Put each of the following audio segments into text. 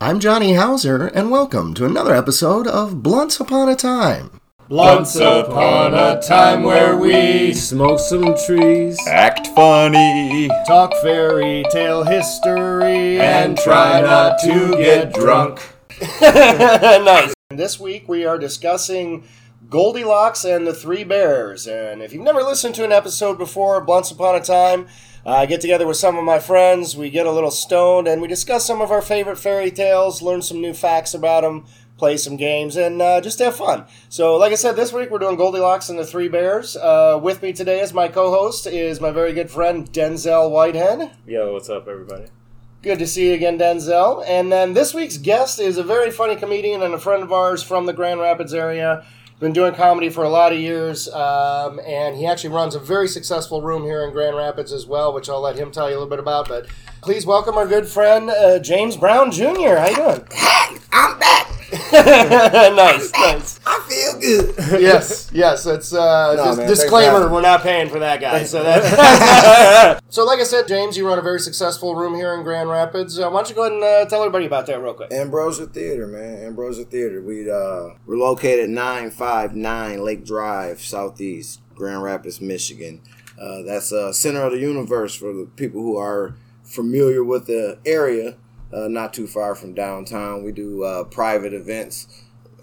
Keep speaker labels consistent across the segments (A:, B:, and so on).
A: I'm Johnny Hauser, and welcome to another episode of Blunts Upon a Time.
B: Once upon a time where we smoke some trees,
C: Act funny.
B: talk fairy tale history,
C: And try not to get drunk.
B: nice. And this week we are discussing Goldilocks and the Three Bears. And if you've never listened to an episode before of Blunts Upon a Time, I get together with some of my friends, we get a little stoned, and we discuss some of our favorite fairy tales, learn some new facts about them, play some games, and uh, just have fun. So, like I said, this week we're doing Goldilocks and the Three Bears. Uh, with me today as my co-host is my very good friend Denzel Whitehead.
D: Yo, what's up, everybody?
B: Good to see you again, Denzel. And then this week's guest is a very funny comedian and a friend of ours from the Grand Rapids area. Been doing comedy for a lot of years, um, and he actually runs a very successful room here in Grand Rapids as well, which I'll let him tell you a little bit about. But please welcome our good friend uh, James Brown Jr. How you doing?
A: I'm back.
B: nice, nice.
A: I feel good.
B: yes, yes. It's uh,
A: No,
B: dis-
A: man, thanks for
B: disclaimer:
A: having
B: we're not paying for that guy. So that. so, like I said, James, you run a very successful room here in Grand Rapids. Uh, why don't you go ahead and uh, tell everybody about that real quick?
E: Ambrosia Theater, man. Ambrosia Theater. We uh we're located nine five nine Lake Drive, Southeast, Grand Rapids, Michigan. Uh, that's uh center of the universe for the people who are familiar with the area. Uh, not too far from downtown. We do uh, private events.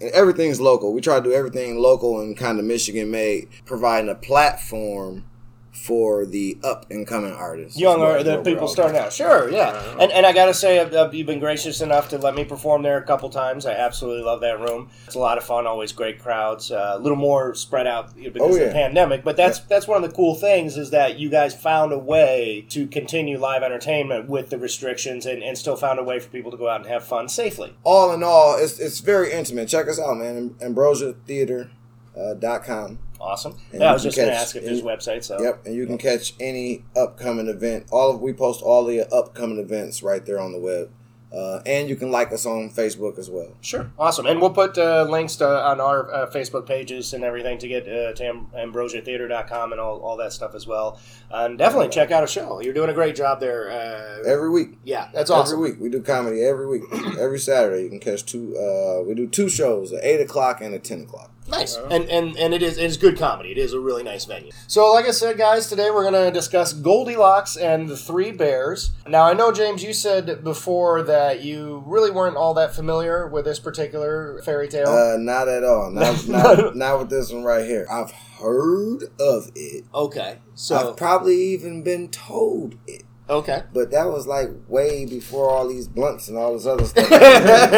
E: And everything's local. We try to do everything local and kind of Michigan made, providing a platform for the up and coming artists.
B: Young
E: That's
B: or
E: what-
B: the
E: what we're
B: people
E: all
B: starting out, sure, yeah, and and I gotta say, uh, uh, you've been gracious enough to let me perform there a couple times. I absolutely love that room. It's a lot of fun, always great crowds. Uh, a little more spread out because
E: Oh,
B: of the
E: yeah.
B: pandemic, but that's that's one of the cool things is that you guys found a way to continue live entertainment with the restrictions and, and still found a way for people to go out and have fun safely.
E: all in all, it's it's very intimate. Check us out, man. Ambrosia Theater. Uh, dot com.
B: Awesome.
E: And
B: yeah, I
E: you
B: was
E: can
B: just going to
E: catch
B: ask if there's
E: any-
B: websites. So.
E: Yep, and you can catch any upcoming event. All of we post all the upcoming events right there on the web, uh, and you can like us on Facebook as well.
B: Sure. Awesome. And we'll put uh, links to, on our uh, Facebook pages and everything to get uh, to am- ambrosiatheater.com and all, all that stuff as well. And definitely check out a show. You're doing a great job there. Uh,
E: Every week,
B: yeah, that's awesome.
E: every week we do comedy. Every week, every Saturday you can catch two. Uh, we do two shows at eight o'clock and at ten o'clock.
B: Nice. And, and and it is it's good comedy. It is a really nice venue. So like I said, guys, today we're gonna discuss Goldilocks and the Three Bears. Now I know James, you said before that you really weren't all that familiar with this particular fairy tale.
E: Uh, not at all. Not, not, not with this one right here. I've heard of it.
B: okay. So
E: I've probably even been told it.
B: okay.
E: But that was like way before all these blunts and all this other stuff.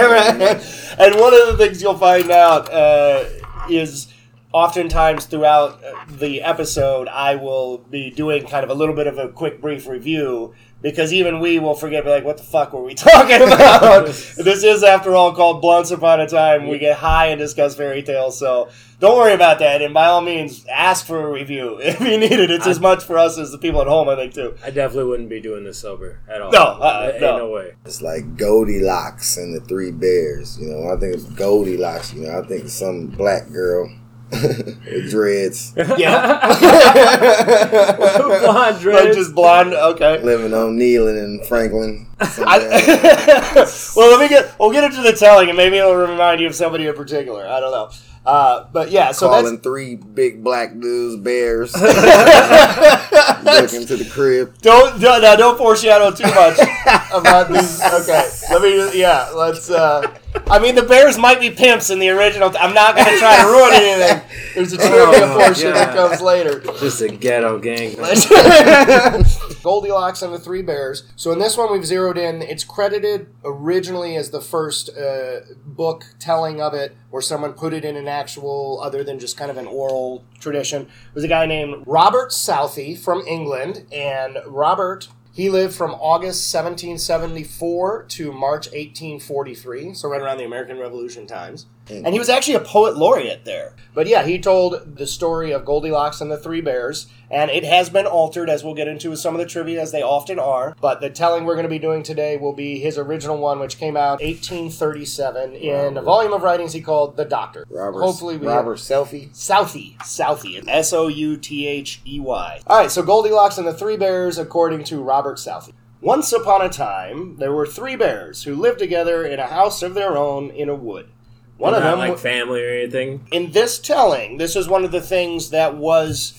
B: and one of the things you'll find out uh, is oftentimes throughout the episode, I will be doing kind of a little bit of a quick, brief review because even we will forget, be like, what the fuck were we talking about? this is, after all, called Blunts Upon a Time. We get high and discuss fairy tales, so don't worry about that. And by all means, ask for a review if you need it. It's as much for us as the people at home, I think, too.
D: I definitely wouldn't be doing this sober at all.
B: No, uh,
D: Ain't
B: no.
D: way.
E: It's like Goldilocks and the Three Bears. You know, when I think of Goldilocks. You know, I think of some black girl with dreads
D: Blonde
B: Like
D: dreads.
B: just blonde, okay.
E: living on Nealon and Franklin. somewhere.
B: I, well, let me get. We'll get into the telling, and maybe it'll remind you of somebody in particular. I don't know. Uh, but yeah, so
E: Calling
B: that's
E: three big black dudes bears. Looking to the crib.
B: don't don't, now don't foreshadow too much about these. Okay, let me. Yeah, let's. Uh, I mean, the Bears might be pimps in the original. I'm not going to try to ruin anything. There's a trivia
D: Oh,
B: portion that
D: God.
B: comes later.
D: Just a ghetto gang.
B: Goldilocks and the Three Bears. So in this one, we've zeroed in. It's credited originally as the first uh, book telling of it, where someone put it in an actual, other than just kind of an oral tradition. It was a guy named Robert Southey from England, and Robert. He lived from August 1774 to March 1843, so right around the American Revolution times. And he was actually a poet laureate there. But yeah, he told the story of Goldilocks and the Three Bears, and it has been altered, as we'll get into with some of the trivia, as they often are. But the telling we're going to be doing today will be his original one, which came out 1837 in a volume of writings he called The Doctor.
E: Robert,
B: Hopefully, we
E: Robert Selfie.
B: Southey. Southey. S O U T H E Y. All right, so Goldilocks and the Three Bears, according to Robert Southey. Once upon a time, there were three bears who lived together in a house of their own in a wood. One of
D: Not
B: them,
D: like
B: w-
D: family or anything.
B: in this telling, this is one of the things that was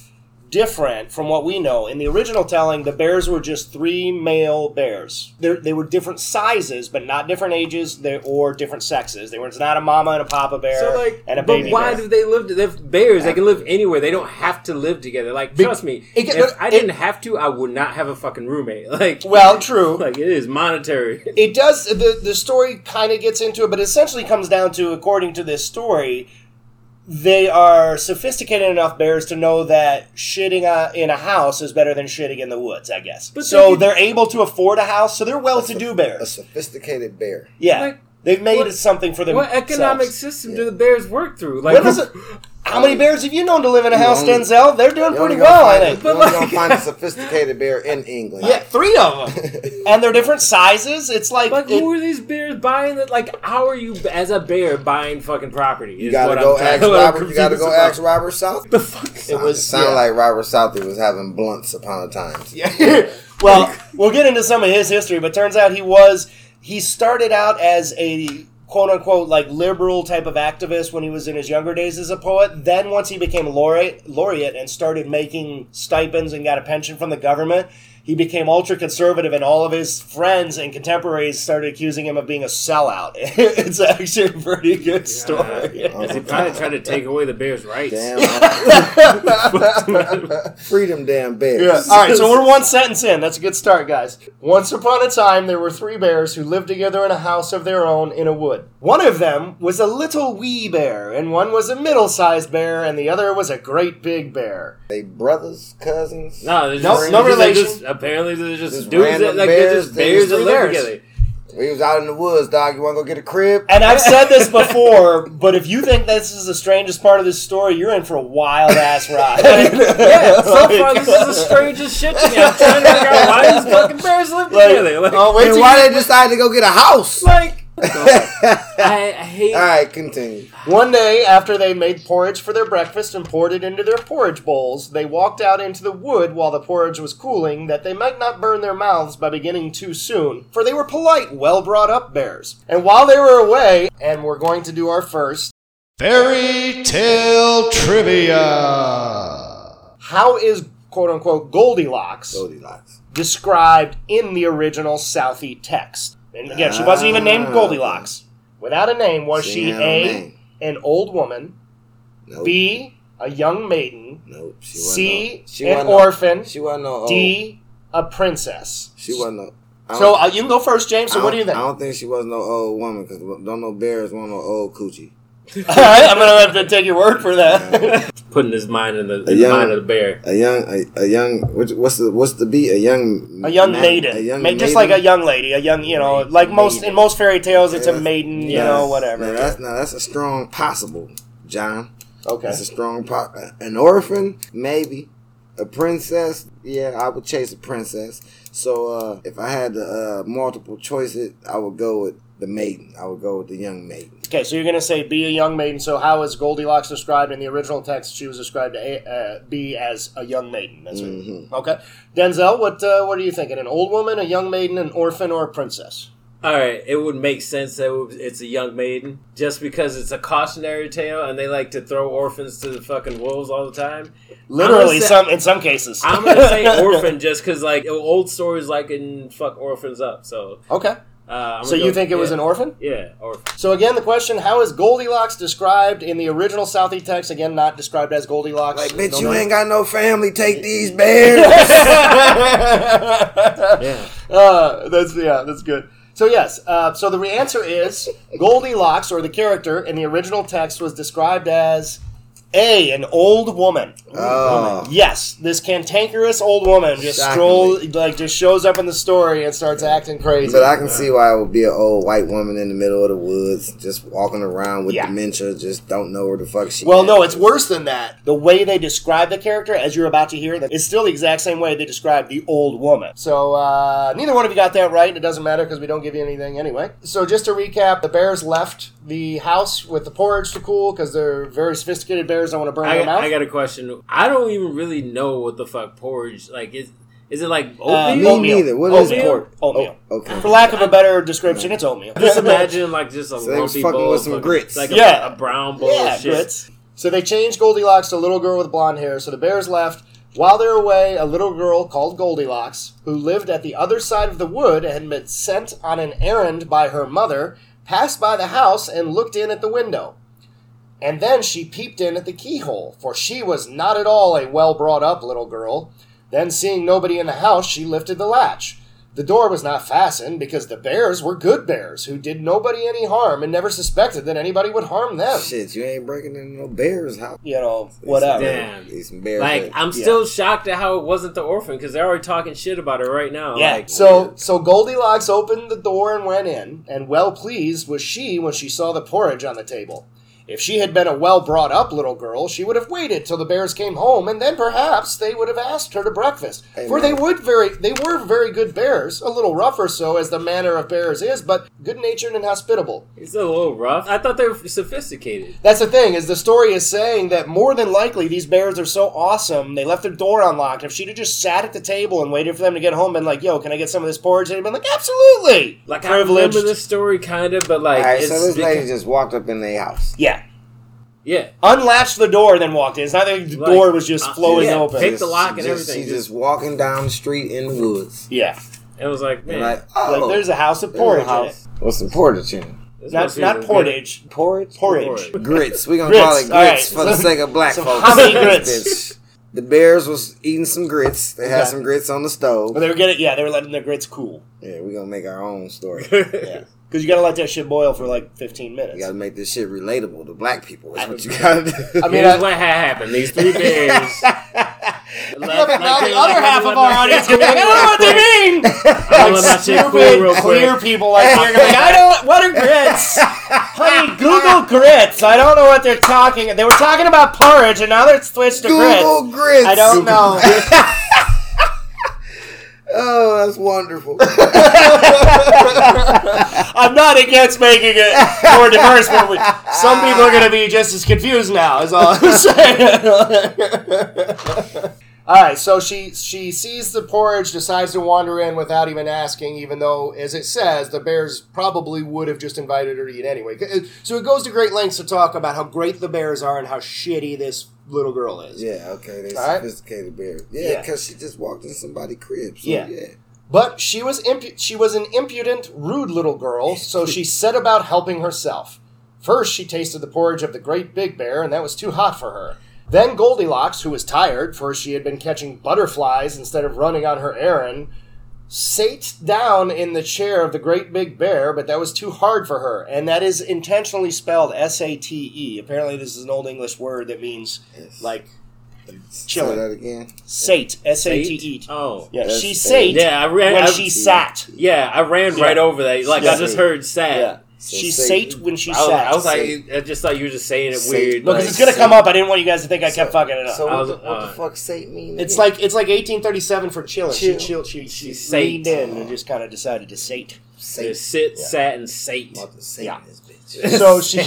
B: different from what we know. In the original telling, the bears were just three male bears. They're, they were different sizes, but not different ages they, or different sexes. They were it's not a mama and a papa bear
D: So like,
B: and a
D: but
B: baby
D: why
B: bear.
D: do they live? They're bears. They can live anywhere. They don't have to live together. Like, trust me,
B: it-
D: if
B: it-
D: I didn't have to, I would not have a fucking roommate. Like,
B: well, true.
D: like it is monetary.
B: it does the the story kind of gets into it but it essentially comes down to according to this story they are sophisticated enough bears to know that shitting uh, in a house is better than shitting in the woods i guess
D: But
B: so
D: they-
B: they're able to afford a house so they're well-to-do
E: A
B: bears
E: sophisticated bear.
B: yeah
D: like,
B: they've made
D: what-
B: something for themselves
D: What economic system do the bears work through? Like,
B: What is it- how many bears have you known to live in a house
E: only-
B: denzel they're doing
E: You're
B: pretty
E: only gonna
B: well i
E: find-
B: think
E: You're
D: But
E: only gonna
D: like-
E: find a sophisticated bear in England.
B: yeah three of them and they're different sizes it's like,
D: Like
B: it-
D: who are these bears buying that? Like how are you as a bear buying fucking property?
E: You gotta go ask Robert. You gotta go ask Robber South.
D: The fuck?
B: it was
E: sound
B: yeah.
E: like Robert Southey was having blunts upon a time.
B: Yeah. well, we'll get into some of his history, but turns out he was he started out as a quote unquote like liberal type of activist when he was in his younger days as a poet. Then once he became laureate, laureate and started making stipends and got a pension from the government, he became ultra conservative and all of his friends and contemporaries started accusing him of being a sellout. it's actually a pretty good story.
D: Because he probably tried to take away the bears' rights.
E: Damn. Freedom, damn bears.
B: All right, so we're one sentence in. That's a good start, guys. Once upon a time, there were three bears who lived together in a house of their own in a wood. One of them was a little wee bear, and one was a middle sized bear, and the other was a great big bear.
E: They brothers, cousins.
D: No, there's
B: Nope,
D: just,
B: no
D: there's
B: relation.
D: Just, apparently, there's just,
E: Just
D: dudes
E: random
D: that like
E: bears,
D: they're just
E: they
D: bears
E: just
D: that
E: three
D: live
E: bears.
D: together.
E: We was out in the woods, dog. You wanna go get a crib?
B: And I've said this before, but if you think this is the strangest part of this story, you're in for a wild ass ride.
D: Yeah, so far this is the strangest shit to me. I'm trying to figure out why these fucking bears live together. Like,
B: oh, wait
E: And
B: till
E: why
B: you-
E: they decided to go get a house?
D: like I, I hate.
E: All right, continue.
B: One day, after they made porridge for their breakfast and poured it into their porridge bowls, they walked out into the wood while the porridge was cooling, that they might not burn their mouths by beginning too soon, for they were polite, well brought up bears. And while they were away, and we're going to do our first,
F: Fairy tale trivia.
B: how is quote unquote Goldilocks
E: Goldilocks.
B: described in the original Southie text? And again, she wasn't even named
E: Ah.
B: Goldilocks. Without a name, was
E: She
B: she
E: had no
B: A,
E: name.
B: an old woman,
E: Nope.
B: B, a young maiden,
E: Nope. She wasn't.
B: C,
E: no- she
B: an
E: wasn't no-
B: orphan.
E: She wasn't no. old-
B: D, a princess.
E: She wasn't no. I
B: So
E: don't-
B: uh, you can go first, James. So
E: I
B: what do you
E: don't-
B: think?
E: I
B: All
E: don't think she was no old woman because don't no bears want no old coochie.
B: right, I'm gonna have to take your word for that.
D: Putting his mind in the, in the
E: young-
D: mind of the bear.
E: A young, a, a young. What's, what's the what's the beat? A young,
B: a young
E: ma-
B: maiden,
E: A young
B: Ma- just
E: maiden?
B: like a young lady, a young you know, like most in most fairy tales, it's a
E: Yes.
B: maiden, you
E: Yes.
B: know,
E: Now
B: whatever.
E: that's now that's a strong possible, John.
B: okay.
E: That's a strong po- an orphan maybe, a princess. Yeah, I would chase a princess. So uh, if I had the uh, multiple choices, I would go with the maiden. I would go with the young maiden.
B: Okay, so you're gonna say be a young maiden. So how is Goldilocks described in the original text? She was described to a, uh, be as a young maiden. That's right.
E: Mm-hmm.
B: Okay, Denzel, what uh, what are you thinking? An old woman, a young maiden, an orphan, or a princess?
D: All right, it would make sense that it was- it's a young maiden just because it's a cautionary tale, and they like to throw orphans to the fucking wolves all the time.
B: Literally,
D: say-
B: some in some cases.
D: I'm gonna say orphan just because like old stories like and fuck orphans up. So
B: Okay.
D: uh, I'm
B: So
D: gonna
B: you
D: go-
B: think it was
D: yeah.
B: an orphan?
D: Yeah, orphan.
B: So again, the question: How is Goldilocks described in the original Southie text? Again, not described as Goldilocks.
E: Like,
B: No
E: bitch, you
B: name.
E: ain't got no family. Take these bears.
D: Yeah,
B: Uh, that's yeah, that's good. So yes, uh, so the re- answer is Goldilocks, or the character in the original text was described as a an old woman.
E: oh,
B: Yes, this cantankerous old woman just stroll
E: Shockingly.
B: like just shows up in the story and starts acting crazy.
E: But I can see why it would be an old white woman in the middle of the woods, just walking around with
B: Yeah.
E: dementia, just don't know where the fuck she.
B: Well,
E: is.
B: no, it's worse than that. The way they describe the character, as you're about to hear, is still the exact same way they describe the old woman. So uh, neither one of you got that right. and It doesn't matter because we don't give you anything anyway. So just to recap, the bears left the house with the porridge to cool because they're very sophisticated bears. Don't want to burn
D: I,
B: their mouth.
D: I got a question. I don't even really know what the fuck porridge like is. Is it like
B: Uh,
D: oatmeal?
B: oatmeal.
E: neither. What
B: oatmeal.
E: is it?
B: Corn. Oatmeal.
E: Oh, okay.
B: For lack of a better description, it's oatmeal.
D: Just imagine like just a
E: So they was
D: lumpy
E: fucking
D: bowl
E: with
D: of
E: some
D: fucking-
E: grits.
D: like a,
B: Yeah.
D: a brown bowl
B: yeah,
D: of shit.
B: grits. So they changed Goldilocks to Little Girl with Blonde Hair. So the bears left. While they're away, a little girl called Goldilocks, who lived at the other side of the wood and had been sent on an errand by her mother, passed by the house and looked in at the window. And then she peeped in at the keyhole, for she was not at all a well brought up little girl. Then, seeing nobody in the house, she lifted the latch. The door was not fastened because the bears were good bears who did nobody any harm and never suspected that anybody would harm them
E: Shit, you ain't breaking into no bears house.
B: you know, whatever.
D: Damn.
E: Eat some bear
D: Like
E: food.
D: I'm still shocked at how it wasn't the orphan because they're already talking shit about her right now. Like,
B: So so Goldilocks opened the door and went in, and well pleased was she when she saw the porridge on the table. If she had been a well brought up little girl, she would have waited till the bears came home, and then perhaps they would have asked her to breakfast. For
E: Amen.
B: they would very they were very good bears, a little rough or so as the manner of bears is, but good natured and hospitable.
D: it's a little rough. I thought they were sophisticated.
B: That's the thing is the story is saying that more than likely these bears are so awesome they left their door unlocked. If she'd have just sat at the table and waited for them to get home, been like, "Yo, can I get some of this porridge?" They'd have been like, "Absolutely."
D: Like I
B: privileged.
D: remember this story kind of, but like
E: All right,
D: it's
E: so this
D: because-
E: lady just walked up in their house.
B: Yeah,
D: yeah.
B: unlatched the door, then walked in. It's not that the
D: Like,
B: door was just
D: uh,
B: flowing
D: yeah,
B: open.
D: pick- Take the
E: She
D: lock and
E: just-
D: everything,
E: She
D: just-
E: just walking down the street in the woods.
B: yeah,
D: It was like man,
E: And like, oh,
B: like there's a house of
E: there's a
B: porridge. in it.
E: house. What's some porridge in it?
D: this
B: Not
D: must be
B: not
D: the-
B: portage,
E: Porridge?
B: porridge.
E: Grits. We gonna
B: Grits,
E: call it grits
B: all right.
E: for the sake of black
B: Some
E: folks.
B: hominy grits.
E: Bitch. The bears was eating some grits. They had
B: Okay.
E: some grits on the stove.
B: But they were getting yeah, they were letting their grits cool
E: Yeah, we gonna make our own story.
B: because you got to let that shit boil for like 15
E: You
B: minutes.
E: gotta make this shit relatable to black people. That's what you gotta do.
B: I mean,
D: Here's
B: I-
D: what had happened. These three bears.
B: Now
D: Left-
B: the
D: like,
B: other half of our audience can be like, Oh, I don't know what they mean.
D: I'm gonna let you cool real quick.
B: queer people like here, like, I don't. What are grits? Honey, Google grits. I don't know what they're talking. They were talking about porridge, and now they're switched to
E: Google
B: grits.
E: grits.
B: I don't know.
E: Oh, that's wonderful.
B: I'm not against making it more diverse, but we, some people are going to be just as confused now. Is all I'm saying. all right, so she she sees the porridge, decides to wander in without even asking, even though, as it says, the bears probably would have just invited her to eat anyway. uh, So it goes to great lengths to talk about how great the bears are and how shitty this little girl is.
E: yeah, okay, they
B: All right.
E: sophisticated bears.
B: Yeah.
E: Yeah, because she just walked in somebody's crib. So
B: Yeah.
E: yeah.
B: But she was impu- she was an impudent, rude little girl, so she set about helping herself. First, she tasted the porridge of the great big bear, and that was too hot for her. Then Goldilocks, who was tired, for she had been catching butterflies instead of running on her errand, sate down in the chair of the great big bear, but that was too hard for her. And that is intentionally spelled S A T E. Apparently, this is an Old English word that means,
E: Yes.
B: like,
E: Say
B: chilling.
E: that again.
B: Sate. S A T E.
D: Eight? Oh.
B: Yeah, she
E: That's-
B: sate
D: Yeah, I ran.
B: when
D: I,
B: she sat.
D: yeah, I ran
B: Yeah.
D: right over that. Like
B: Yeah.
D: I just heard sad.
B: Yeah.
E: So
B: she
E: Satan-
B: sate when she
D: I was,
B: sat.
D: I was
E: Satan.
D: like, I just thought you were just saying it
E: Satan.
D: weird.
B: no,
D: like,
B: because it's gonna
E: Satan.
B: come up. I didn't want you guys to think I kept
E: So-
B: fucking it up.
E: So
D: I
E: what,
D: was-
E: the, what the
D: uh,
E: fuck Sate mean?
B: it's
E: again?
B: like it's like 1837 for chilling.
E: Chill.
B: She chilled. She she,
D: She
B: leaned
D: sate.
B: in and just kind of decided to sate.
E: Sate.
D: Just sit, sat, and sate.
E: About to Sate
B: Yeah.
E: this bitch.
B: So she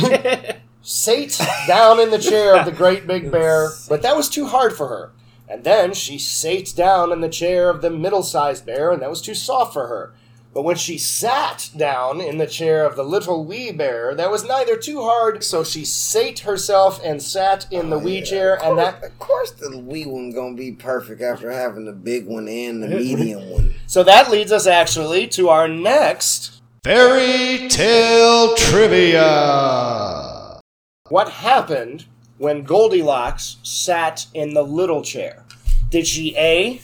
B: sate down in the chair of the great big bear, but that was too hard for her. And then she sate down in the chair of the middle-sized bear, and that was too soft for her. But when she sat down in the chair of the little wee bear, that was neither too hard, so she sate herself and sat in the wee
E: Yeah,
B: chair,
E: of
B: and
E: course-
B: that
E: of course the wee one gonna be perfect after having the big one and the medium one.
B: So that leads us actually to our next
F: Fairy tale trivia.
B: what happened when Goldilocks sat in the little chair. Did she A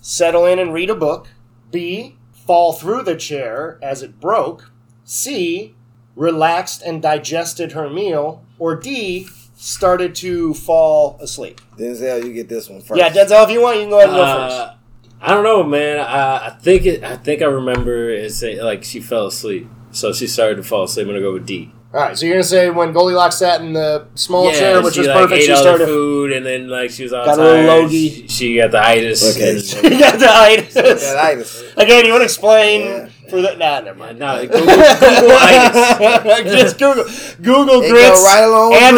B: settle in and read a book, B fall through the chair as it broke, C relaxed and digested her meal, or D started to fall asleep?
E: Denzel, you get this one first.
B: Yeah, Denzel, if you want, you can go ahead and go first.
D: Uh, I don't know, man. Uh, I think it, I think I remember it say, like she fell asleep, so she started to fall asleep. I'm gonna go with D.
B: All right, so you're gonna say when Goldilocks sat in the small chair, which
D: she
B: was
D: like
B: perfect,
D: ate
B: she
D: all the
B: started.
D: food, and then like she was all
B: Got a
D: tired.
B: little logy.
D: She, she got the itis.
E: Okay.
D: and-
B: You got the itis.
E: That itis.
B: Again, you want to explain
E: Yeah.
B: for that. Nah, never
D: Uh,
B: mind.
D: no, Google, Google itis.
B: Just Google Google
E: It
B: grits
E: go right along with
B: and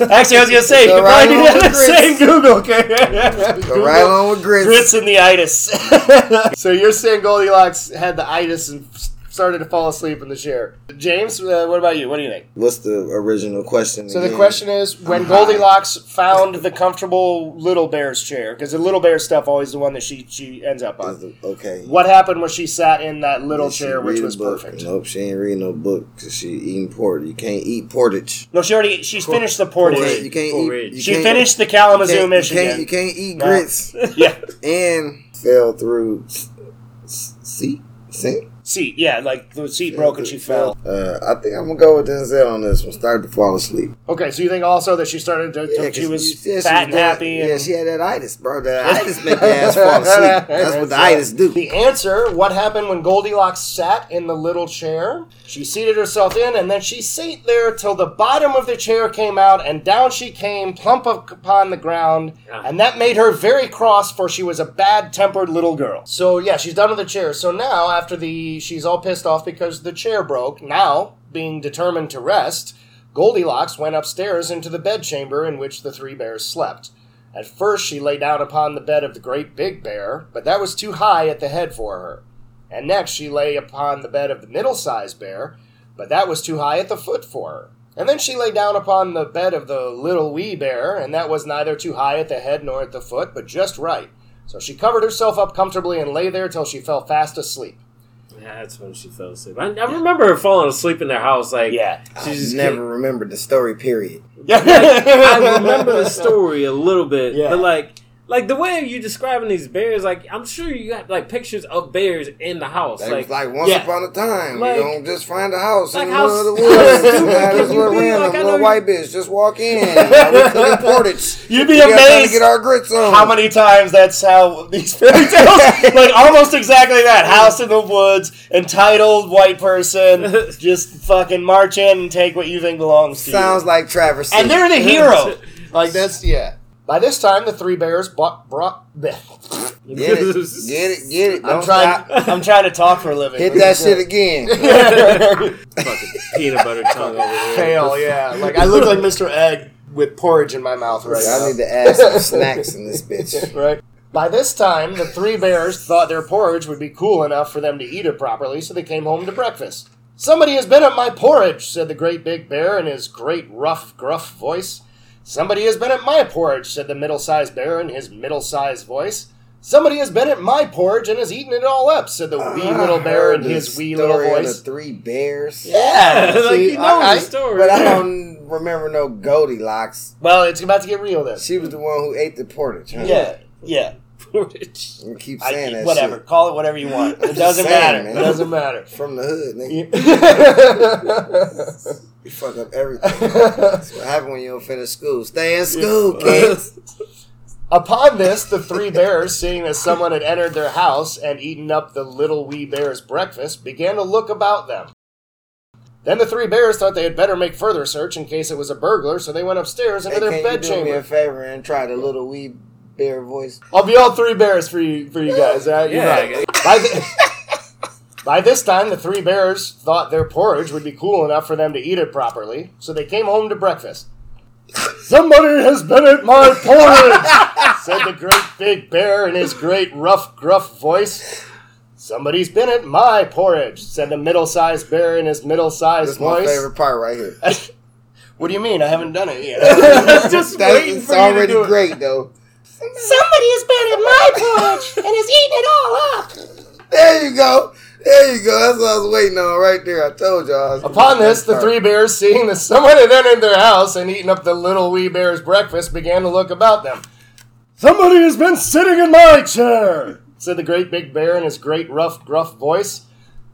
B: itis. Actually, I was gonna say you
E: Go
B: can
E: right
B: probably do
E: along
B: that in the
E: with grits.
B: same Google. Okay, Google
E: Go right along with grits.
B: grits and the itis. so you're saying Goldilocks had the itis and started to fall asleep in the chair. James, uh, what about you? What do you think?
E: What's the original question?
B: So the
E: again?
B: question is, when Goldilocks found the comfortable little bear's chair, because the little bear stuff always the one that she she ends up
E: Is
B: on.
E: the- okay.
B: What happened was she sat in that little
E: Did she
B: chair, which
E: read a
B: was
E: book?
B: perfect.
E: Nope, she ain't reading no book 'cause she eating porridge. You can't eat porridge.
B: No, she already she's finished the
E: You
B: porridge.
E: can't, you can't
D: Porridge.
E: eat. You
B: She
E: can't,
B: finished the
E: you
B: Kalamazoo,
E: can't, you
B: Michigan.
E: can't, you can't eat
B: No.
E: grits
B: Yeah.
E: and fell through. s- s- See, see.
B: Seat. Yeah, like the seat broke and she fell.
E: Uh, I think I'm gonna go with Denzel on this one. Started to fall asleep.
B: Okay, so you think also that she started to, to-
E: 'cause
B: she was
E: you- yeah, she
B: fat and
E: that-
B: happy.
E: Yeah,
B: and
E: she had that itis, bro. That itis make your ass fall asleep. That's what the itis do.
B: The answer, what happened when Goldilocks sat in the little chair? She seated herself in and then she sat there till the bottom of the chair came out and down she came, plump up upon the ground.
D: Ah.
B: And that made her very cross for she was a bad tempered little girl. So yeah, she's done with the chair. So now after the she's all pissed off because the chair broke, now being determined to rest, Goldilocks went upstairs into the bedchamber in which the three bears slept. At first, she lay down upon the bed of the great big bear, but that was too high at the head for her. And next, she lay upon the bed of the middle sized bear, but that was too high at the foot for her. And then she lay down upon the bed of the little wee bear, and that was neither too high at the head nor at the foot, but just right. So she covered herself up comfortably and lay there till she fell fast asleep.
D: That's when she fell asleep. I, I remember her falling asleep in their house. Like
B: Yeah.
D: she just
E: Never
D: never.
E: remembered the story. Period.
D: I remember the story a little bit,
B: Yeah.
D: but like. Like the way you describing these bears, like I'm sure you got like pictures of bears in the house.
E: That
D: like,
E: was like once
B: yeah.
E: upon a time.
D: Like-
E: you don't just find a house
D: Like
E: in the
D: how
E: middle of the
D: stupid
E: woods.
D: can
E: Nah, this
D: you
E: little
D: be?
E: random
D: Like, I know
E: little
D: you-
E: white bitch just walk in. Now we cooking portage.
B: You'd be
E: We got time
B: amazed
E: to get our grits on.
B: how many times that's how these fairy tales like almost exactly that house in the woods entitled white person just fucking march in and take what you think belongs to
E: Sounds like Travis.
B: you
E: City.
B: and they're the hero like that's yeah by this time the three bears bought, brought bleh.
E: get it, get it, get it. Don't
B: i'm trying
E: stop.
B: i'm trying to talk for a living
E: Hit that shit again.
D: fucking peanut butter tongue over here.
B: fail yeah like i look like mr egg with porridge in my mouth right now.
E: I need to add some snacks in this bitch.
B: right? By this time, the three bears thought their porridge would be cool enough for them to eat it properly, so they came home to breakfast. Somebody has been at my porridge, said the great big bear in his great rough, gruff voice. Somebody has been at my porridge, said the middle sized bear in his middle sized voice. Somebody has been at my porridge and has eaten it all up, said the wee little bear in
E: Ah, Heard the
B: his wee little
E: story of
B: voice.
E: The three bears.
B: Yeah,
D: like
B: see,
D: you know
B: I- I-
D: the story.
E: But I don't remember no Goldilocks.
B: well, it's about to get real then.
E: She was the one who ate the portage. Huh?
B: Yeah, yeah.
D: Porridge.
E: You keep
B: I-
E: saying that
B: whatever.
E: shit.
B: Call it whatever you want. It doesn't
E: saying,
B: matter.
E: man.
B: It doesn't matter.
E: From the hood, nigga. You fuck up everything. That's what happened when you don't finish school. Stay in school, kids.
B: Upon this, the three bears, seeing that someone had entered their house and eaten up the little wee bear's breakfast, began to look about them. Then the three bears thought they had better make further search in case it was a burglar, so they went upstairs into their
E: Hey, can you do me a
B: bedchamber.
E: favor and try the little wee bear voice?
B: I'll be all three bears for you, for you guys. all right? You're
D: Yeah,
B: right. By, thi- by this time, the three bears thought their porridge would be cool enough for them to eat it properly, so they came home to breakfast. Somebody has been at my porridge, said the great big bear in his great rough, gruff voice. Somebody's been at my porridge, said the middle sized bear in his middle sized
E: That's my
B: voice.
E: favorite part right here.
B: What do you mean? I haven't done it yet.
D: just
E: That-
D: waiting
E: it's
D: for you to
E: already
D: do it.
E: great though.
B: Somebody has been at my porridge and has eaten it all up.
E: There you go. There you go. That's what I was waiting on right there. I told y'all. I was-
B: Upon this, the
E: Sorry.
B: three bears, seeing that someone had entered their house and eaten up the little wee bear's breakfast, began to look about them. Somebody has been sitting in my chair, said the great big bear in his great rough, gruff voice.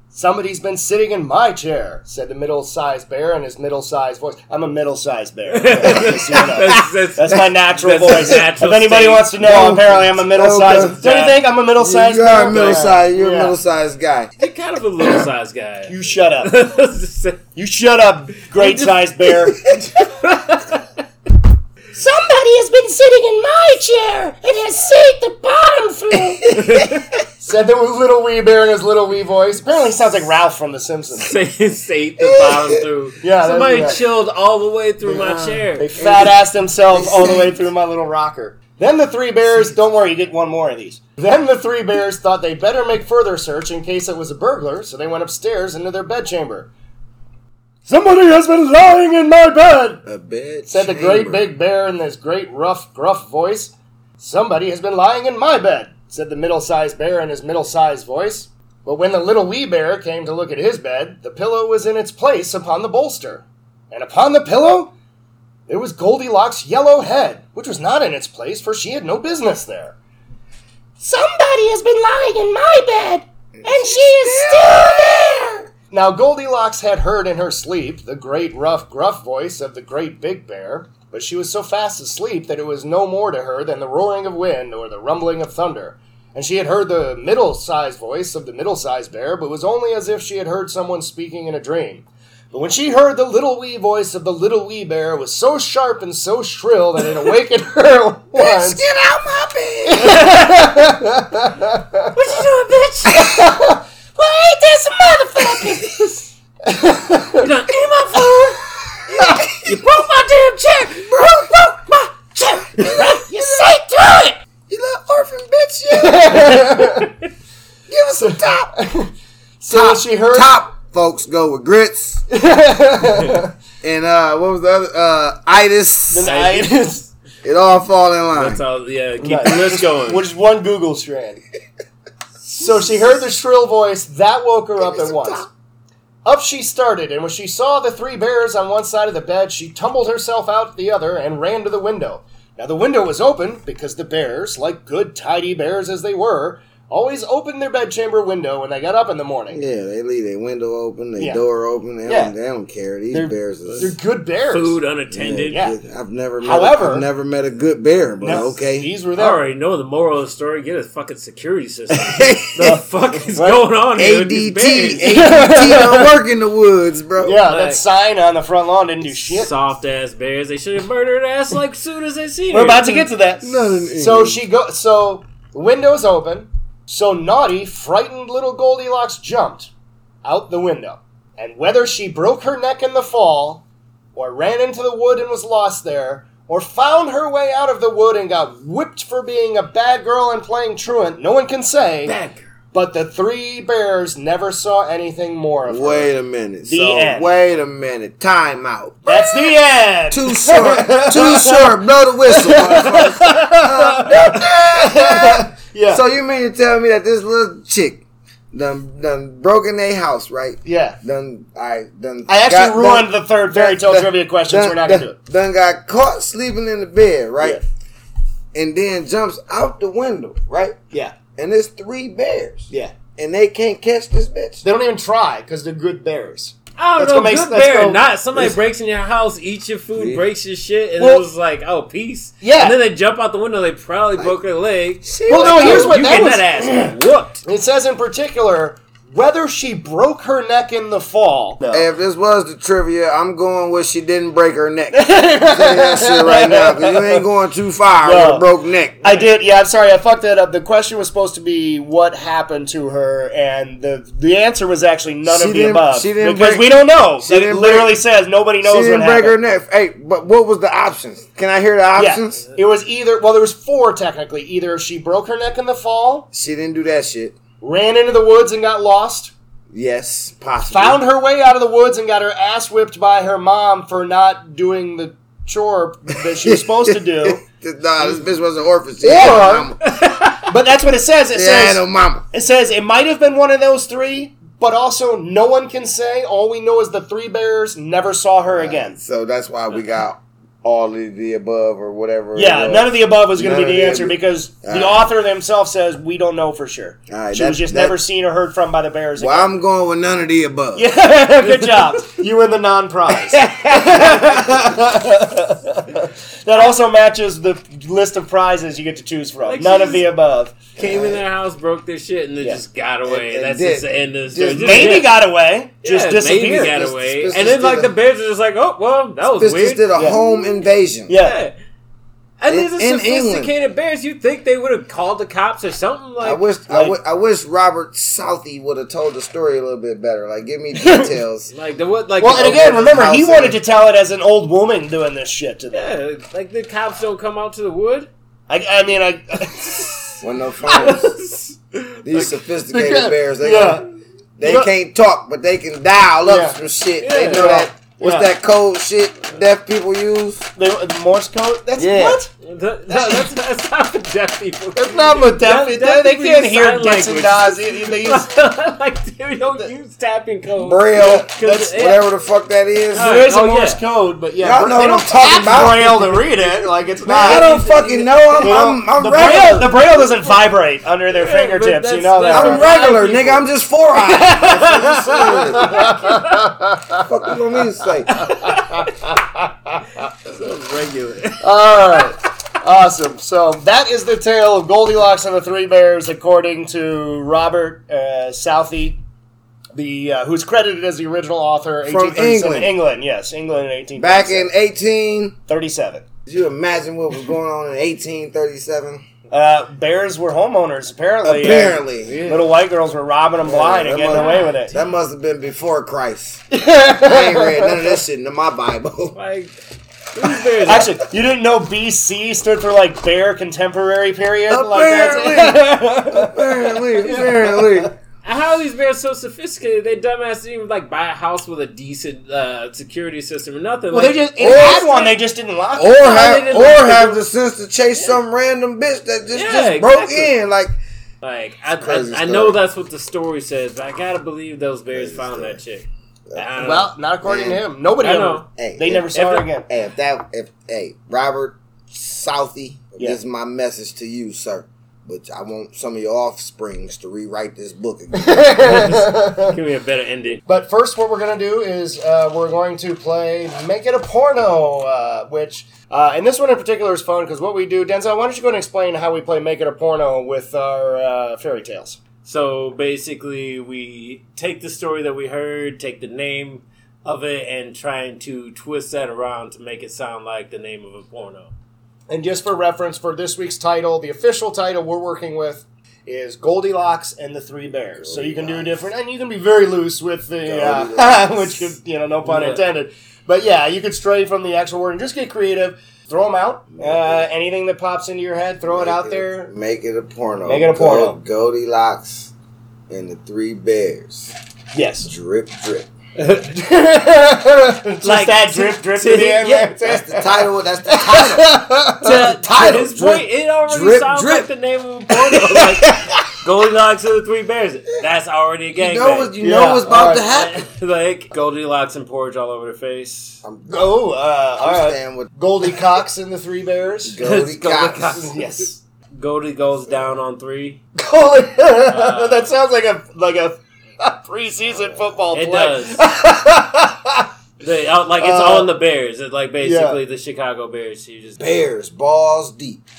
B: Somebody's been sitting in my chair, said the middle sized bear in his middle sized voice. I'm a middle sized bear. Just so you know.
D: That's, that's,
B: That's my natural
D: That's
B: voice.
D: a natural
B: if anybody
D: state.
B: wants to know,
E: No.
B: apparently I'm a middle sized.
E: No.
B: Don't you think I'm a middle
E: You,
B: sized
E: you
B: bear?
E: are a middle sized. You're
B: Yeah.
E: a middle sized guy.
D: you're kind of a little sized guy.
B: You shut up.
D: Somebody
B: You shut up, great sized bear.
D: has been sitting in my chair. It has saved the bottom
B: Said that with Little Wee Bear in his Little Wee voice. Apparently, he sounds like Ralph from The Simpsons.
D: Say say the bottom through.
B: Yeah, that'd be
D: somebody
B: right.
D: chilled all the way through my chair.
B: They fat assed themselves all the way through my little rocker. Then the three bears, don't worry, you get one more of these. Then the three bears thought they better make further search in case it was a burglar, so they went upstairs into their bedchamber. Somebody has been lying in my bed,
E: A bed.
B: said the great
E: chamber.
B: big bear in this great rough, gruff voice. Somebody has been lying in my bed, said the middle sized bear in his middle sized voice. But when the little wee bear came to look at his bed, the pillow was in its place upon the bolster. And upon the pillow, there was Goldilocks' yellow head, which was not in its place, for she had no business there. Somebody has been lying in my bed, and she is still there! Now, Goldilocks had heard in her sleep the great, rough, gruff voice of the great big bear, but she was so fast asleep that it was no more to her than the roaring of wind or the rumbling of thunder. And she had heard the middle sized voice of the middle sized bear, but it was only as if she had heard someone speaking in a dream. But when she heard the little wee voice of the little wee bear it was so sharp and so shrill that it awakened her at once.
E: Get out my bed.
D: You're not in my food. you broke my damn chair. Broke, broke my chair. you say to it.
E: You little orphan bitch. You. Give us some top.
B: So when she heard
E: Top folks go with grits. and uh, what was the other? Uh, itis.
B: Tinnitus.
E: It all fall in line.
D: That's all. Yeah, keep
B: Right.
D: the list going.
B: which is one Google strand. So she heard the shrill voice that woke her up at once. Up she started, and when she saw the three bears on one side of the bed, she tumbled herself out the other and ran to the window. Now the window was open because the bears, like good tidy bears as they were, always opened their bedchamber window when they got up in the morning.
E: Yeah, they leave their window open, their
B: Yeah.
E: door open. They,
B: Yeah.
E: don't, they don't care. These
B: They're-
E: bears are.
B: They're good bears.
D: Food unattended.
B: Yeah.
E: I've never met.
B: However-
E: However, I've never met a good bear, but
B: No,
E: okay.
B: These were
D: I
B: them.
D: already know the moral of the story. Get a fucking security system. the fuck is going on here? with these
E: ADT,
D: bears?
E: ADT don't work in the woods, bro.
B: Yeah, that
D: Like-
B: sign on the front lawn didn't do shit.
D: Soft ass bears. They should have murdered her ass like soon as they seen
B: We're
D: her.
B: about to get to that.
E: Not in
B: So
E: England.
B: she go. So the windows open. So naughty, frightened little Goldilocks jumped out the window, and whether she broke her neck in the fall, or ran into the wood and was lost there, or found her way out of the wood and got whipped for being a bad girl and playing truant, no one can say.
D: Bad girl.
B: But the three bears never saw anything more of her.
E: Wait a minute.
B: The
E: so
B: end.
E: wait a minute. Time out.
B: That's the end.
E: Too short. Too short. Blow the whistle. motherfucker.
B: Yeah.
E: So you mean to tell me that this little chick done done broken their house, right?
B: yeah.
E: Done. I done.
B: I actually
E: got-
B: ruined
E: done-
B: the third fairy tale
E: done-
B: trivia question, so we're not gonna do it.
E: Done got caught sleeping in the bed, right?
B: Yeah.
E: And then jumps out the window, right?
B: Yeah.
E: And it's three bears.
B: Yeah.
E: And they can't catch this bitch.
B: They don't even try because they're good bears.
D: I don't
B: That's
D: know,
B: what makes-
D: good
B: that's
D: bear or
B: what-
D: not. Somebody breaks in your house, eats your food,
E: Yeah.
D: breaks your shit, and
B: Well-
D: it was like, oh, peace.
B: Yeah.
D: And then they jump out the window. They probably broke their leg.
B: Well, no, here's what
D: you
B: that
D: get
B: was.
D: that ass whooped.
B: It says in particular whether she broke her neck in the fall.
E: If this was the trivia, I'm going with she didn't break her neck. Say that shit right now, 'cause you ain't going too far
B: No.
E: with a broke neck.
B: I did. Yeah, I'm sorry. I fucked that up. The question was supposed to be what happened to her, and the the answer was actually none
E: She
B: of the
E: didn't-
B: above.
E: she didn't
B: because
E: break-
B: we don't know.
E: she
B: It
E: didn't
B: literally
E: break-
B: says nobody
E: she
B: knows
E: didn't
B: what
E: break her
B: happened.
E: neck. Hey, but what was the options? Can I hear the options?
B: Yeah, it was either. Well, there was four technically. Either she broke her neck in the fall,
E: She didn't do that shit.
B: ran into the woods and got lost,
E: Yes, possibly.
B: found her way out of the woods and got her ass whipped by her mom for not doing the chore that she was supposed to do.
E: nah, this bitch was an orphan. She
B: Or-
E: had no mama.
B: But that's what it says. It
E: She
B: says
E: had no mama.
B: It says it might have been one of those three, but also no one can say. All we know is the three bears never saw her again.
E: So that's why we got all of the above or whatever.
B: Yeah, none of the above was going to
E: None
B: be
E: of
B: the
E: the
B: answer
E: above.
B: because the
E: Alright.
B: author themselves says we don't know for sure.
E: Alright,
B: she was
E: that-
B: just
E: that-
B: never seen or heard from by the bears.
E: Well, I'm going with none of the above.
B: again. Good job. You win the non prize. that also matches the list of prizes you get to choose from.
D: Like
B: None
D: she's-
B: of the above.
D: Came in their house, broke their shit, and then
B: Yeah.
D: just got away.
E: And- and
D: That's
E: did.
D: just the end of the story.
E: Just
D: Just
B: Maybe
D: did.
B: got away, just
D: Yeah,
B: disappeared.
D: Maybe got
E: Just-
D: away.
E: just-
D: and
E: just
D: then, like,
E: did a-
D: the bears are just like, oh, well, that was
E: Bitch just
D: weird.
E: did a
B: Yeah.
E: home invasion.
B: yeah.
D: Yeah. And these
E: In-
D: are
E: in England.
D: sophisticated bears. You'd think they would have called the cops or something like.
E: I wish I
D: like,
E: wi- I wish Robert Southey would have told the story a little bit better. Like, give me details.
D: like the what? Like oh,
B: Well, and
D: the,
B: again, remember he
E: House
B: wanted
E: and-
B: to tell it as an old woman doing this shit to them.
D: yeah, like the cops don't come out to the wood.
B: I, I mean, I
E: When no phones. These sophisticated
B: yeah,
E: bears, they
B: yeah.
E: can, they
B: You know-
E: can't talk, but they can dial up
B: Yeah.
E: some shit. they
D: Yeah.
E: know that. What's
B: Yeah.
E: that code shit deaf people use?
B: they, the Morse code. That's
E: Yeah.
B: what.
D: The- no, that's, that's not for deaf people.
B: That's not what
D: That-
B: that, they,
D: that
B: they
D: would be
B: can't hear
D: sign
B: dits and
D: language.
B: dies. They they use
D: like they don't use tapping code.
E: Braille,
D: 'Cause-
E: that's
D: yeah.
E: whatever the fuck that is.
D: All right.
B: there is
D: Oh,
B: a Morse
D: yeah.
B: code, but yeah,
E: Y'all know
B: they don't
E: what I'm talking
B: have
E: about.
B: Braille to read it. Like it's not.
E: I don't fucking know. I'm,
B: You know,
E: I'm, I'm
B: the braille,
E: regular.
B: the braille doesn't vibrate under their
D: Yeah, but
B: fingertips. You
D: that's-
B: know that.
D: that's-
E: I'm
B: right?
E: regular,
D: people.
E: nigga. I'm just four eyed. Fuck you want me to say?
B: All right. Awesome. So that is the tale of Goldilocks and the Three Bears, according to Robert uh, Southey, the uh, who's credited as the original author.
E: From
B: 1837.
E: England.
B: England, yes, England in eighteen
E: Back in 18,
B: thirty-seven.
E: did you imagine what was going on in 1837?
B: Uh, bears were homeowners,
E: Oh,
B: apparently. and
E: Apparently.
B: little white girls were robbing them blind and
E: that
B: getting
E: must-
B: away with it.
E: That must have been before Christ. I ain't read none of that shit into my Bible.
D: Like these bears.
B: Actually, you didn't know BC stood for like bear contemporary period. Like that's
E: Apparently, apparently.
D: How are these bears so sophisticated? They dumbass didn't even like buy a house with a decent uh, security system or nothing.
B: well,
D: like,
B: they just it had one. They just didn't lock.
E: Or
B: it.
E: have,
D: didn't
E: or
D: like the-
E: have the sense to chase some random bitch that just,
D: Yeah,
E: just broke
D: exactly.
E: in. Like,
D: like I,
E: crazy
D: I, I know
E: story.
D: that's what the story says, but I gotta believe those bears
E: Crazy
D: found
E: story.
D: that chick. I don't
B: Well, not according
E: Man.
B: to him. Nobody
D: I
B: ever.
D: know.
E: hey,
B: They
E: if-
B: never saw
D: if-
B: her again.
E: Hey, if that, if hey, Robert Southey,
B: Yeah.
E: this is my message to you, sir. But I want some of your offsprings to rewrite this book again.
D: know. give me a better ending.
B: But first, what we're going to do is uh, we're going to play Make It a Porno, uh, which, uh, and this one in particular is fun because what we do, Denzel, why don't you go and explain how we play Make It a Porno with our uh, fairy tales?
D: So basically, we take the story that we heard, take the name of it, and trying to twist that around to make it sound like the name of a porno.
B: And just for reference, for this week's title, the official title we're working with is Goldilocks and the Three Bears. So you can do different, and you can be very loose with the, uh, which could, you know, no pun
D: Yeah.
B: intended. But yeah, you could stray from the actual word and just get creative. Throw them out. Uh, anything that pops into your head, throw it out there.
E: Make it a porno.
B: Make it a porno.
E: Gold- Goldilocks and the Three Bears.
B: Yes.
E: Drip, drip.
B: just
D: Like,
B: that drip, drip
D: to-
B: in the air.
D: yeah.
E: That's the title. That's the title.
D: to,
E: title,
D: his
E: drip,
D: point, it already
E: drip,
D: sounds
E: drip.
D: like the name of a porno. like, Goldilocks and the Three Bears. That's already a
E: you
D: gangbang.
E: know, what, you know
B: Yeah,
E: what's about to
B: alright.
E: happen.
D: like Goldilocks and porridge all over the face.
B: Oh, uh, all
E: I'm
B: right.
E: staying with
B: Goldie Cox and the Three Bears.
E: Goldilocks.
B: yes.
D: Goldie goes down on three.
B: Goldie. that sounds like a like a, a preseason football
D: It
B: play.
D: does. They, uh, like it's
B: Uh,
D: all on the Bears. It's like basically the Chicago Bears. You just
E: Bears, balls deep.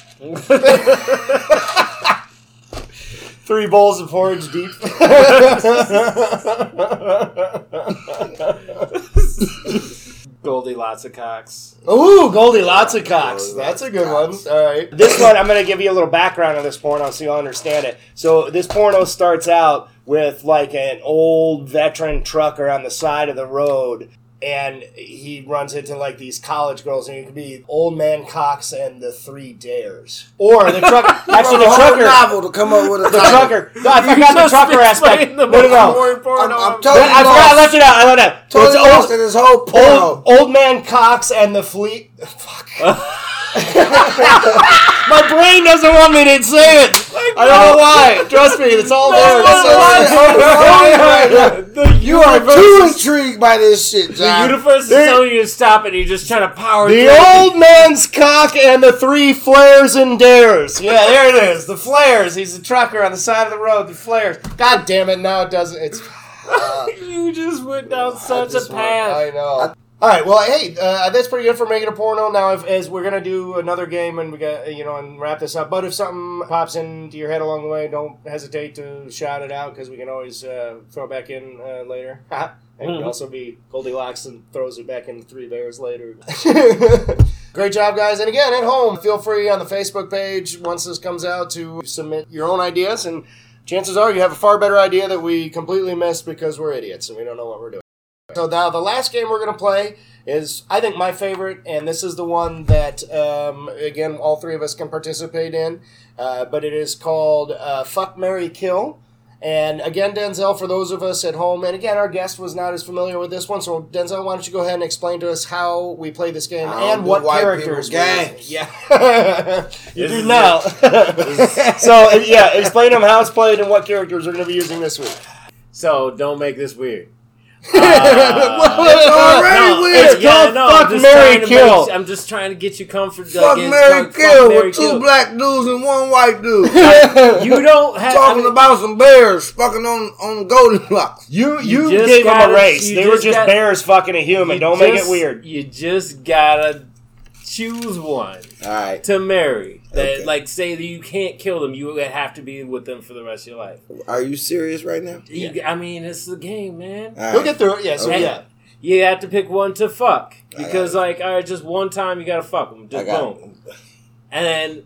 B: Three bowls of porridge deep.
D: Goldie lots of cocks.
B: Ooh, Goldie lots of cocks. That's a good
E: Goldilocks.
B: one. All right. This one, I'm going to give you a little background on this porno so you'll understand it. So, this porno starts out with like an old veteran trucker on the side of the road, and he runs into like these college girls, and it could be Old Man Cox and the Three Dares. Or the trucker. actually, the
E: Wrote a whole
B: trucker.
E: novel to come up with a
B: The
E: title.
B: trucker. No, I forgot the
D: just
B: trucker aspect.
D: explained
B: No,
D: the
B: no, no.
D: More porno.
E: I'm- I'm
B: I
E: totally
B: I forgot. I left it out. I left it out.
E: Totally
B: It's old-
E: lost in this whole
B: Old,
E: porno.
B: old man Cox and the fleet. Fuck. My brain doesn't want me to say it. I don't know why. Trust me, it's all there.
E: That's
B: It's all
E: what I'm saying. Right now.
D: the
E: You are too intrigued by this shit, John.
D: universe is telling you to stop it. You're just trying to power
B: The
D: through.
B: old man's cock and the three flares and dares. Yeah, there it is. The flares. He's a trucker on the side of the road. The flares. God damn it! Now it doesn't. It's uh,
D: you just went down such a
B: just want-
D: path.
B: I know. all right, well, hey, uh, that's pretty good for making a porno. Now, if, as we're gonna do another game and we got you know and wrap this up, but if something pops into your head along the way, don't hesitate to shout it out because we can always uh, throw it back in uh, later. It could
D: Mhm.
B: also be Goldilocks and throws it back into Three Bears later. Great job, guys. And again, at home, feel free on the Facebook page once this comes out to submit your own ideas. And chances are you have a far better idea that we completely missed because we're idiots and we don't know what we're doing. So now the last game we're going to play is, I think, my favorite. And this is the one that, um, again, all three of us can participate in. Uh, but it is called uh, Fuck, Mary Kill. And again, Denzel, for those of us at home, and again, our guest was not as familiar with this one, so Denzel, why don't you go ahead and explain to us how we play this game
E: I don't
B: and
E: do
B: what
E: white
B: characters?
E: people
B: we use.
E: games.
B: Yeah, you
D: This
B: do
D: is
B: now. so yeah, explain them how it's played and what characters we're going to be using this week.
D: So don't make this weird. Uh,
E: already
D: No,
E: weird.
D: yeah,
B: called
D: no, I'm
B: Fuck,
D: just
B: Marry,
D: trying to
B: Kill.
D: make- I'm just trying to get you comfort.
E: Fuck
D: against
E: Mary
D: fuck- fuck,
E: Kill
D: marry,
E: with two
D: kill.
E: black dudes and one white dude.
D: You don't have
E: Talking
D: I mean,
E: about some bears fucking on on Goldilocks.
B: You you,
D: just
B: gave them
D: gotta-
B: a race.
D: you
B: They were
D: just
B: just
D: got-
B: bears fucking a human.
D: you
B: Don't make it
D: just-
B: weird.
D: You just gotta choose one
E: All right,
D: to marry. That
E: Okay.
D: like say that you can't kill them. You would have to be with them for the rest of your life.
E: are you serious right now?
D: You- I mean, it's a game, man.
E: All
B: We'll
E: right.
B: get through it. Yeah. So
D: Okay.
B: yeah.
D: You have to pick one to fuck
E: I got
D: because,
E: it.
D: like, all right, just one time you gotta fuck them,
E: I
D: just
E: got
D: boom. And then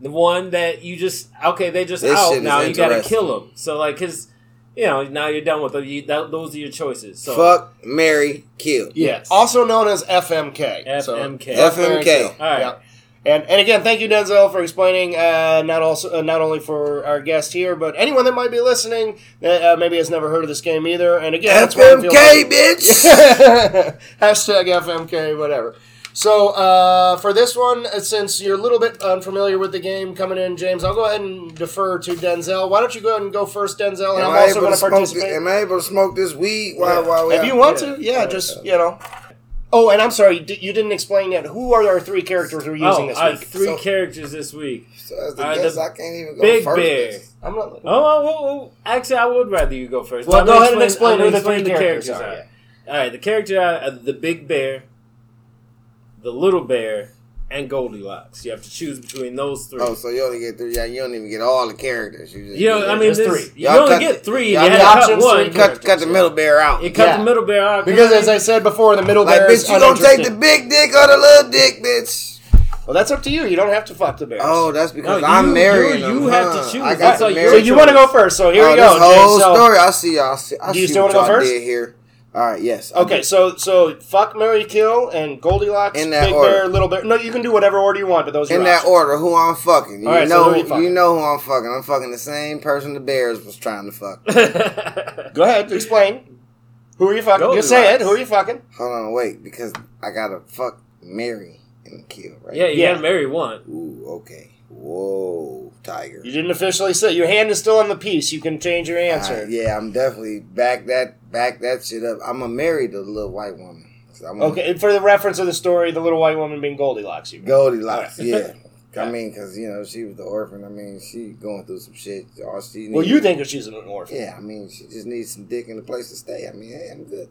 D: the one that you just okay, they just
E: This shit
D: out
E: is
D: now. You gotta
E: interesting.
D: kill them. So like, cause you know now you're done with them. You, that, those are your choices. So
E: Fuck Mary Kill.
D: Yes.
B: Also known as FMK. So-
D: FMK.
E: FMK.
D: All right.
B: Yeah. And, and again, thank you, Denzel, for explaining uh, not also uh, not only for our guest here, but anyone that might be listening that uh, maybe has never heard of this game either. And again, that's why I feel-
E: FMK, bitch.
B: Hashtag FMK, whatever. So uh, for this one, uh, since you're a little bit unfamiliar with the game coming in, James, I'll go ahead and defer to Denzel. Why don't you go ahead and go first, Denzel? And
E: Am
B: I'm
E: I,
B: also
E: able
B: going
E: to
B: to
E: smoke, thi-
B: participate.
E: am I oh, able to smoke this weed while, while we
B: If
E: out?
B: you want to, yeah,
E: uh,
B: just you know. Oh, and I'm sorry, d- you didn't explain yet. Who are our three characters we're using
D: Oh,
B: this
D: uh,
B: week?
D: three
E: So-
D: characters this week.
E: So as the
D: Uh,
E: guest,
D: the
E: I can't even go
D: Big
E: first.
D: Bear.
B: I'm not.
D: Oh, oh, oh, oh, actually, I would rather you go first.
B: Well,
D: I'm
B: go
D: gonna
B: ahead and explain
D: I'm gonna
B: who the three characters are,
D: All right, the character are uh, the Big Bear, the Little Bear, and Goldilocks. You have to choose between those three.
E: Oh, so you only get three. Yeah, you don't even get all the characters. You just
D: you know, I mean,
B: there's
D: this,
B: three.
D: you
E: Y'all
D: only
E: cut
D: get
E: the-
D: three.
E: y'all
D: and You had
E: cut-
D: to cut
B: options,
D: one.
B: three
E: cut, cut the middle bear out.
D: It cut
B: Yeah.
D: the middle bear out
B: Because as I said before, the middle
E: like,
B: bear is
E: bitch, you don't take the
B: uninteresting.
E: big dick or the little dick, bitch.
B: Well, that's up to you. You don't have to fuck the bears.
E: Oh, that's because
D: No,
E: I'm
D: you-
E: married.
D: you-
E: him,
D: you have to
E: huh?
D: choose.
E: I got
D: That's
E: to
D: how
E: marry
D: you're
B: so you want to go first? So here
E: oh,
B: we go.
E: This whole
B: James. So-
E: story. I see y'all. I see, I
B: Do you
E: see
B: still
E: what
B: wanna go
E: y'all
B: first?
E: did here. All right. Yes. I
B: Okay,
E: do.
B: so so fuck Mary Kill and Goldilocks,
E: In that
B: Big
E: order.
B: Bear, Little Bear. No, you can do whatever order you want, but those are
E: In
B: your
E: that
B: options.
E: order, who I'm fucking. You
B: All right, so
E: know,
B: who you fucking?
E: you know who I'm fucking. I'm fucking the same person the bears was trying to fuck.
D: because
B: Go ahead, explain. Who are you fucking? Just say it.
D: Goldilocks.
B: Who are you fucking?
E: Hold on, wait, because I gotta fuck, marry, and kill, right?
D: yeah, you
B: Yeah.
D: gotta marry one.
E: Ooh, okay. Whoa, tiger.
B: You didn't officially say. Your hand is still on the piece. You can change your
E: All
B: answer.
E: right, yeah, I'm definitely back that back that shit up. I'm gonna marry the little white woman. 'Cause I want
B: Okay, and for the reference of the story, the little white woman being Goldilocks. You
E: Goldilocks. Yeah. I
B: Yeah.
E: mean, cause you know she was the orphan. I mean, she going through some shit. All she needs,
B: well, you think that she's an orphan.
E: Yeah, I mean, she just needs some dick and a place to stay. I mean, hey, I'm good.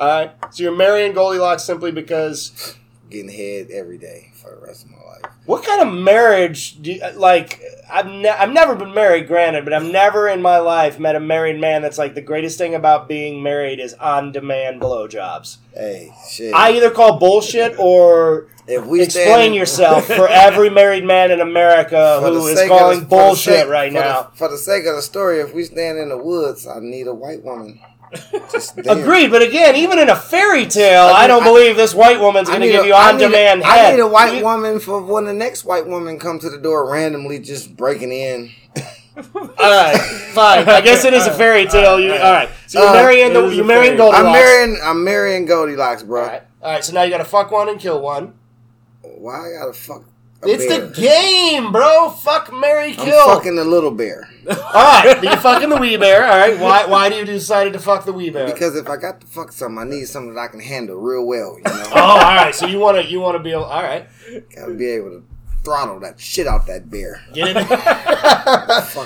B: All right, so you're marrying Goldilocks simply because
E: Getting head every day for the rest of my life.
B: what kind of marriage do you, like? I've ne- I've never been married, granted, but I've never in my life met a married man that's like the greatest thing about being married is on demand blowjobs.
E: Hey, shit.
B: I either call bullshit or
E: if we
B: explain
E: stand-
B: yourself for every married man in America
E: for
B: who
E: the
B: is
E: sake of
B: calling
E: the- for the
B: bullshit
E: sake-
B: right
E: for the-
B: now.
E: for the sake of the story, if we stand in the woods, I need a white woman. Just there.
B: Agreed, but again, even in a fairy tale, I,
E: I
B: don't
E: I-
B: believe this white woman's
E: I
B: going to
E: need
B: give
E: a-
B: you
E: I
B: on
E: need a-
B: demand
E: I
B: head.
E: need a white woman for when the next white woman come to the door randomly, just breaking in.
B: All right, fine. I guess it is a fairy tale. You all right? So you're
E: Uh,
B: marrying
D: it
B: the
D: is
B: you're
D: a
B: marrying
D: fairy-
B: Goldilocks.
E: I'm marrying. I'm marrying Goldilocks, bro.
B: All right. All right. So now you got to fuck one and kill one.
E: Why I gotta fuck? A
B: It's
E: bear?
B: the game, bro. Fuck, Mary,
E: I'm
B: kill.
E: fucking the little bear
B: All right, but you fucking the wee bear. All right. Why? Why do you decided to fuck the wee bear?
E: because if I got to fuck something, I need something that I can handle real well. You know,
B: oh, all right. So you want to you want to be able, all right.
E: gotta be able to throttle that shit out that beer.
B: Get it?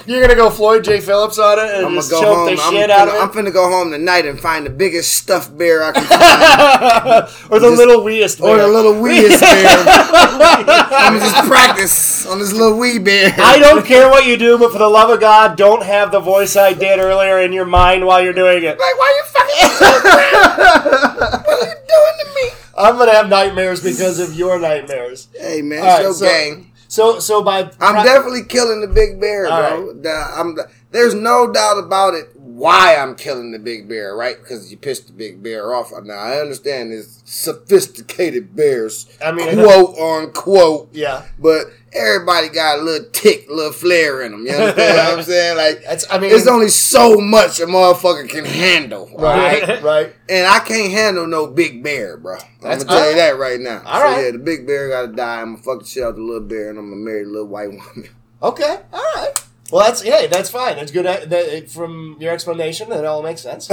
B: You're gonna go Floyd J. Phillips on it and
E: I'm gonna
B: just
E: go
B: choke
E: home.
B: the
E: I'm
B: shit
E: finna,
B: out
E: I'm
B: of
E: finna go home tonight and find the biggest stuffed beer I can find,
B: it, or the
E: just-
B: little weeest.
E: or the
B: bear.
E: little weeest beer. I'm gonna just practice on this little wee beer.
B: I don't care what you do, but for the love of God, don't have the voice I did earlier in your mind while you're doing it.
E: like, why you fucking? what are you doing to me?
B: I'm gonna have nightmares because of your nightmares.
E: Hey man,
B: All right,
E: it's
B: so-
E: your gang.
B: So, so by
E: I'm definitely killing the big bear,
B: All
E: bro. The- I'm the- there's no doubt about it. Why I'm killing the big bear, right? Because you pissed the big bear off. Now I understand it's sophisticated bears,
B: I mean,
E: quote unquote.
B: yeah.
E: But everybody got a little tick, little flair in them. You understand what I'm saying? Like
B: That's I mean,
E: it's only so much a motherfucker can handle, right?
B: right, right.
E: And I can't handle no big bear, bro.
B: That's-
E: I'm gonna tell you that right now.
B: All
E: so
B: right.
E: yeah, the big bear gotta die. I'm gonna fuck the shit out the little bear, and I'm gonna marry the little white woman.
B: Okay, all right. Well, that's yeah, that's fine. That's good. uh, That, that- from your explanation, that all makes sense. I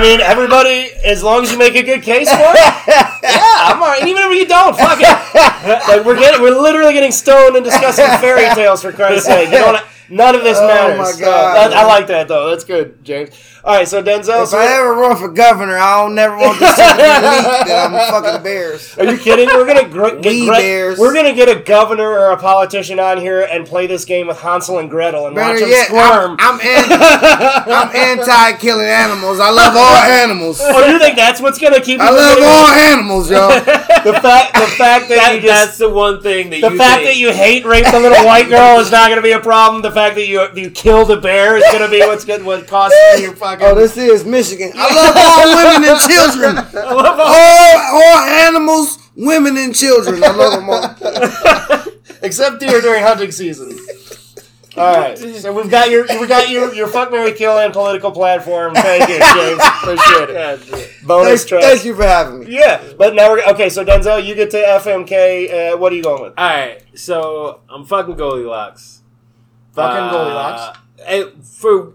B: mean, everybody, as long as you make a good case for it, yeah, I'm all right. Even if you don't, fuck it. Like we're getting, we're literally getting stoned and discussing fairy tales for Christ's sake. You don't, none of this
E: Oh,
B: matters.
E: my
B: So,
E: God.
B: that- I like that though. That's good, James. All right, so Denzel,
E: If
B: so-
E: I ever run for governor, I don't never want this shit to be leaked that I'm fucking bears.
B: Are you kidding? We're gonna gr- get
E: We
B: Gre-
E: bears.
B: we're gonna get a governor or a politician on here and play this game with Hansel and Gretel and watch
E: Better
B: them
E: yet,
B: squirm.
E: I'm, I'm, anti, I'm anti-killing animals. I love all animals.
B: oh, you think that's what's gonna keep?
E: I
B: you
E: love
B: from
E: all animals, y'all.
B: getting- The fact, the fact that,
D: That,
B: you just.
D: that's the one thing that
B: The
D: you
B: fact
D: think-
B: that you hate rape the little white girl is not going to be a problem. The fact that you you kill the bear is going to be what's good. What costs you your fucking?
E: Oh, this is Michigan. I love all women and children. All, all animals, women, and children. I love them all.
B: except deer during hunting season. All right, so we've got your we got your your fuck Mary kill and political platform. Thank you, James. Appreciate it.
D: God, yeah.
B: Bonus
E: Thanks,
B: track.
E: thank you for having me.
B: Yeah, but now we're okay. So Denzel, you get to FMK. Uh, what are you going with?
D: All right, so I'm fucking Goldilocks.
B: Fucking
D: Uh,
B: Goldilocks.
D: and for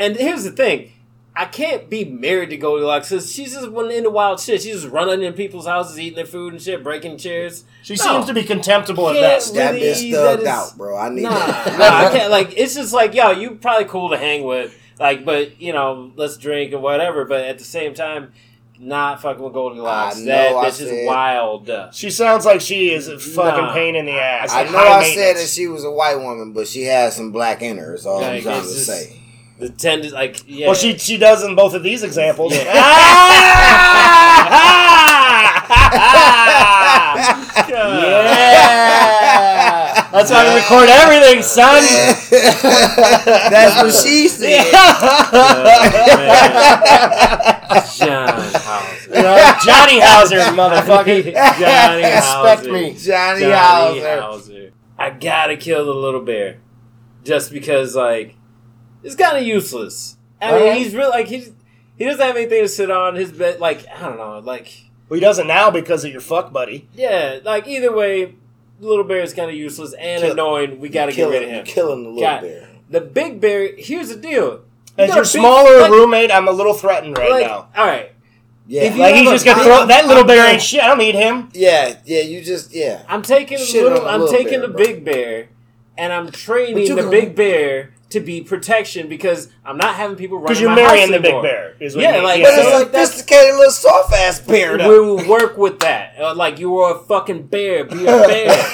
D: and here's the thing, I can't be married to Goldilocks because she's just one into wild shit. She's just running in people's houses, eating their food and shit, breaking chairs.
B: She
D: no.
B: seems to be contemptible at
D: Can't
B: best.
D: we-
E: That
D: Really,
E: bitch
D: that
E: thugged
D: is-
E: out, bro. I need
D: Nah, nah,
E: that.
D: I can't. Like it's just like yo, you probably cool to hang with, like, but you know, let's drink and whatever. But at the same time, not fucking with Goldilocks.
E: I
D: That
E: know I
D: bitch
E: said-
D: is wild.
B: She sounds like she is a fucking
D: Nah.
B: pain in the ass.
E: I
B: like
E: know
B: high
E: I said that
B: maintenance.
E: she was a white woman, but she had some black in her. Is all I'm
D: Like,
E: trying to
D: it's just-
E: say.
D: The tendon, like, yeah.
B: Well, she she does in both of these examples. Ah!
D: Ah.
B: yeah, that's how you record everything, son.
E: That's what she said.
D: John Houser.
B: You know, Johnny Hauser, motherfucker.
D: Johnny
B: Respect
D: Hauser.
B: me.
E: Johnny,
D: Johnny
E: Hauser.
D: Hauser. I gotta kill the little bear, just because like it's kind of useless. I mean,
E: Uh-huh.
B: Alright.
D: he's really like he's he doesn't have anything to sit on his bed. Like I don't know, like
B: Well, he doesn't now because of your fuck buddy.
D: yeah, like either way, little bear is kind of useless and
E: Kill-
D: annoying. We gotta get
E: Killing-
D: rid of him.
E: Killing the little
D: God.
E: bear.
D: The big bear. Here's the deal.
B: As
D: got
B: your
D: a big-
B: smaller
D: like-
B: roommate, I'm a little threatened right
D: Like,
B: now.
D: all right,
E: Yeah,
D: If you-
B: Like he's
D: have
B: just
D: a-
B: gonna throw that little bear ain't shit. I don't need him.
E: yeah, yeah. You just yeah.
D: I'm taking the
E: Shit on
D: little,
E: the
D: I'm
E: little
D: taking
E: bear,
D: the
E: bro.
D: big bear, and I'm training
E: you
D: the
E: can-
D: big bear to be protection because I'm not having people running.
B: Because you're
D: my house
B: marrying the big
D: anymore.
B: bear. Is what
D: Yeah,
B: you mean.
D: like-
E: But
D: so
E: it's a
D: like that's-
E: sophisticated little soft ass bear.
D: We
E: though.
D: will work with that. Uh, Like you are a fucking bear. Be a bear.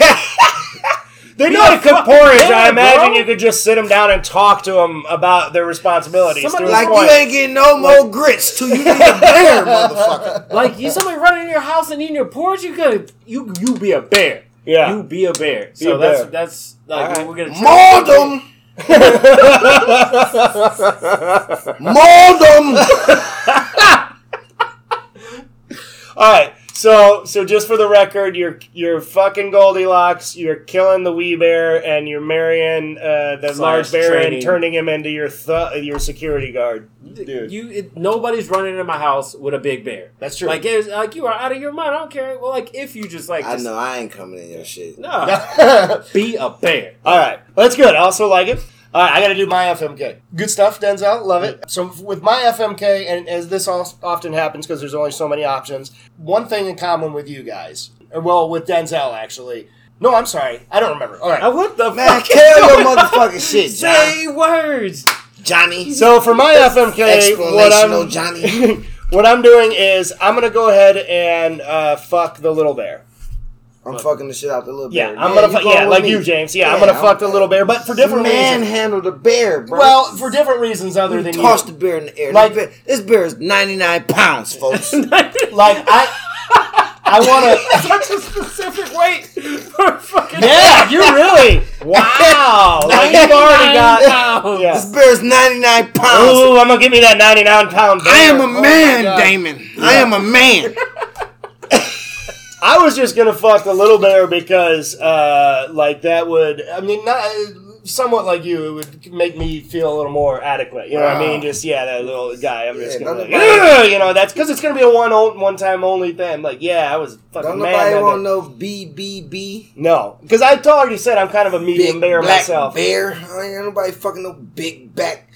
B: They
D: Be
B: know how
D: a
B: to cook
D: fucking
B: porridge. I
D: bear,
B: imagine
D: bro.
B: you could just sit them down and talk to them about their responsibilities.
D: Somebody
B: through
E: Like
B: the point.
E: you ain't getting no more grits till you need a bear, motherfucker.
D: like you somebody running in your house and eating your porridge. You gotta you you be a bear.
B: Yeah.
D: You be a bear.
B: Be a
D: so that's
B: bear.
D: that's like
B: Alright.
D: we're gonna
E: Maul them. Maul them.
B: All right. So, so just for the record, you're you're fucking Goldilocks. You're killing the wee bear, and you're marrying uh, the
D: Slash
B: large bear and
D: training.
B: turning him into your th- your security guard. Dude.
D: You it, nobody's running in my house with a big bear.
B: That's true.
D: Like it's, like you are out of your mind. I don't care. Well, like if you just like
E: I
D: just,
E: know I ain't coming in your shit.
D: no be a bear.
B: All right, that's good. I also like it. All right, I got to do my FMK. Good stuff, Denzel. Love it. So with my FMK, and as this al- often happens because there's only so many options, one thing in common with you guys, or well, with Denzel actually. No, I'm sorry, I don't remember. All right.
D: Uh, what the
E: Man,
D: fuck?
E: carry your motherfucking shit, John.
D: Say words.
E: Johnny.
B: So for my FMK, what
E: Explanational
B: I'm
E: Johnny.
B: what I'm doing is I'm gonna go ahead and uh, fuck the little bear.
E: I'm fucking the shit out the little
B: Yeah,
E: bear.
B: I'm
E: Man,
B: gonna
E: you
B: fuck.
E: going
B: Yeah,
E: with
B: like
E: me.
B: you, James. Yeah, I'm gonna fuck the little bear, but for different reasons.
E: Manhandle the bear, bro.
B: Well, for different reasons other
E: You
B: than you.
E: toss the bear in the air.
B: Like-
E: Like this bear, this bear is 99 pounds, folks.
B: Like I, I want to.
D: Such a specific weight for fucking.
B: Yeah, you really. Wow, like you've already got.
E: this
B: Yeah.
E: bear is 99 pounds.
B: Ooh, I'm gonna give me that 99 pound. Bear.
E: I am a
B: Oh
E: man,
B: my God.
E: Damon. I am a man.
B: I was just gonna fuck the little bear because, uh, like that would. I mean, not somewhat like you. It would make me feel a little more adequate. You know what I mean? Just yeah, that little guy. I'm just
E: Yeah,
B: gonna.
E: don't
B: Like, "Ugh," you know, that's because it's gonna be a one on- one time only thing. I'm like, yeah, I was fucking
E: Don't
B: man.
E: nobody
B: that
E: want
B: day.
E: no BBB.
B: No, because I already said I'm kind of a medium
E: Big
B: bear
E: black
B: myself.
E: bear. I ain't nobody fucking no big back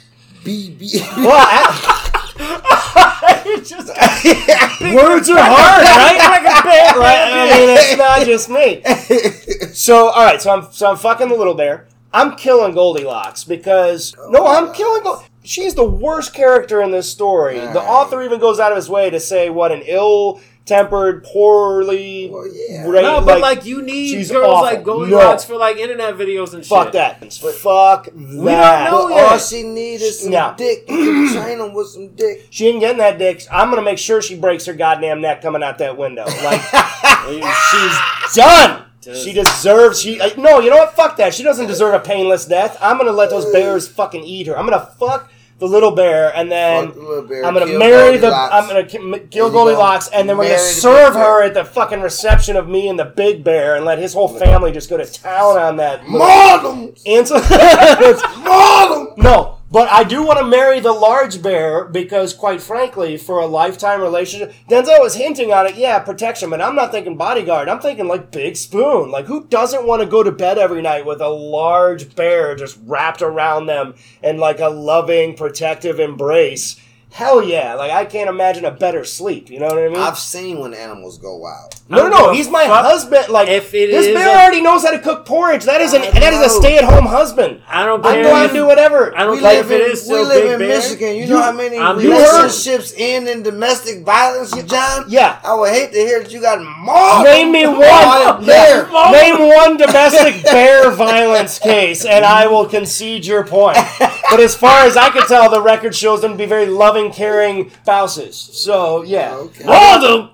E: BB.
B: Well, I-
D: You're just got
B: words are hard, right? Like a bear, right? I mean, it's not just me. So, all right, so I'm so I'm fucking the little bear. I'm killing Goldilocks because no, I'm killing. Gold- She's the worst character in this story. The
E: Alright.
B: author even goes out of his way to say what an ill-tempered, poorly.
E: Well, yeah.
B: ra-
D: no, but like you need
B: she's
D: girls
B: awful.
D: like Goldilocks
B: No.
D: for like internet videos and
B: fuck
D: shit.
B: that. fuck that. oh,
D: know
E: But
D: yeah.
E: all she need is some
B: No.
E: dick. China with some dick.
B: She ain't getting that dick. I'm gonna make sure she breaks her goddamn neck coming out that window. Like she's done. She deserves. She uh, no. You know what? Fuck that. She doesn't deserve a painless death. I'm gonna let those bears fucking eat her. I'm gonna fuck the little bear and then
E: Fuck the little bear,
B: I'm gonna
E: kill
B: marry the.
E: Goldilocks.
B: I'm gonna ki- m- kill
E: And you gonna
B: Goldilocks and then we're gonna
E: marry the big
B: serve
E: bear. Oh
B: her at the fucking reception of me and the big bear and let his whole family just go to town on that.
E: Maul them!
B: Ansel.
E: Maul them!
B: No, but I do want to marry the large bear because, quite frankly, for a lifetime relationship, Denzel was hinting on it. Yeah, protection, but I'm not thinking bodyguard. I'm thinking like big spoon. Like who doesn't want to go to bed every night with a large bear just wrapped around them and like a loving, protective embrace? Hell yeah! Like I can't imagine a better sleep. You know what I mean?
E: I've seen when animals go wild.
B: no, no,
D: I
B: no.
D: don't
B: He's
D: give a
B: my
D: fuck
B: husband. Like
D: if it
B: this
D: is
B: bear
D: a-
B: already knows how to cook porridge. That is an
E: I
B: that is a
E: know.
B: stay-at-home husband.
D: I don't
B: I
D: care.
B: go out and do whatever.
D: I don't
E: We
D: care
E: live
D: if it
E: in,
D: is
E: we
D: still
E: live
D: Big
E: in
D: Bear.
E: Michigan. You, know how many
D: I'm- you
B: heard-
E: relationships end in domestic violence, John?
B: Yeah.
E: I would hate to hear that you got mauled.
B: Name me one
E: by a bear.
B: Name one domestic bear violence case, and I will concede your point. But as far as I can tell, the record shows them to be very loving, caring spouses. So yeah,
D: All them.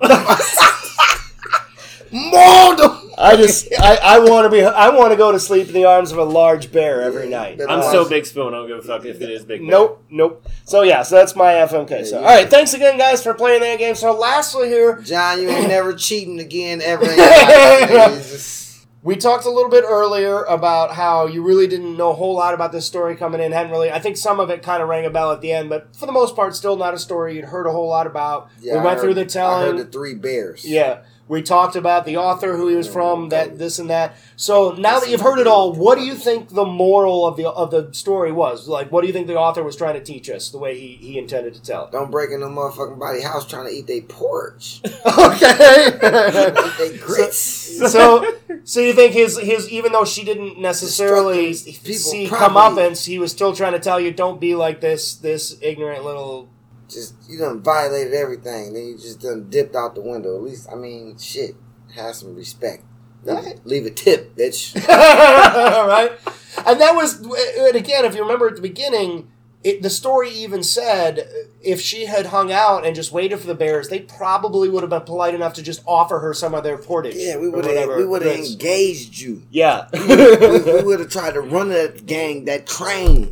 E: Mauled him.
B: I just I, I want to be I want to go to sleep in the arms of a large bear every night.
E: Better
D: I'm
E: watch
D: so big spoon. I don't give a fuck if it is big. Bear.
B: Nope, nope. So yeah, so that's my FMK. So all right, thanks again, guys, for playing that game. So lastly, here
E: John, you ain't never cheating again ever. in your life. Jesus.
B: We talked a little bit earlier about how you really didn't know a whole lot about this story coming in. Hadn't really, I think some of it kind of rang a bell at the end, but for the most part, still not a story you'd heard a whole lot about.
E: Yeah,
B: we
E: I
B: went through
E: heard-
B: the
E: I
B: telling.
E: heard the three bears.
B: yeah, we talked about the author, who he was from, that this and that. So now that you've heard it all, what do you think the moral of the of the story was? Like, what do you think the author was trying to teach us? The way he he intended to tell it.
E: Don't break into motherfucking body house trying to eat they porridge. eat
B: Okay.
E: they grits.
B: so so you think his his even though she didn't necessarily
E: Destructive people
B: see
E: property.
B: come up and he was still trying to tell you don't be like this this ignorant little
E: just you done violated everything. Then you just done dipped out the window. At least I mean, shit, have some respect. Leave, leave a tip, bitch.
B: right and that was and again if you remember at the beginning it, the story even said if she had hung out and just waited for the bears they probably would have been polite enough to just offer her some of their portage
E: yeah, we
B: or
E: would have
B: whatever
E: we would have
B: it is.
E: engaged you.
B: yeah
E: We, we would have tried to run that gang, that train.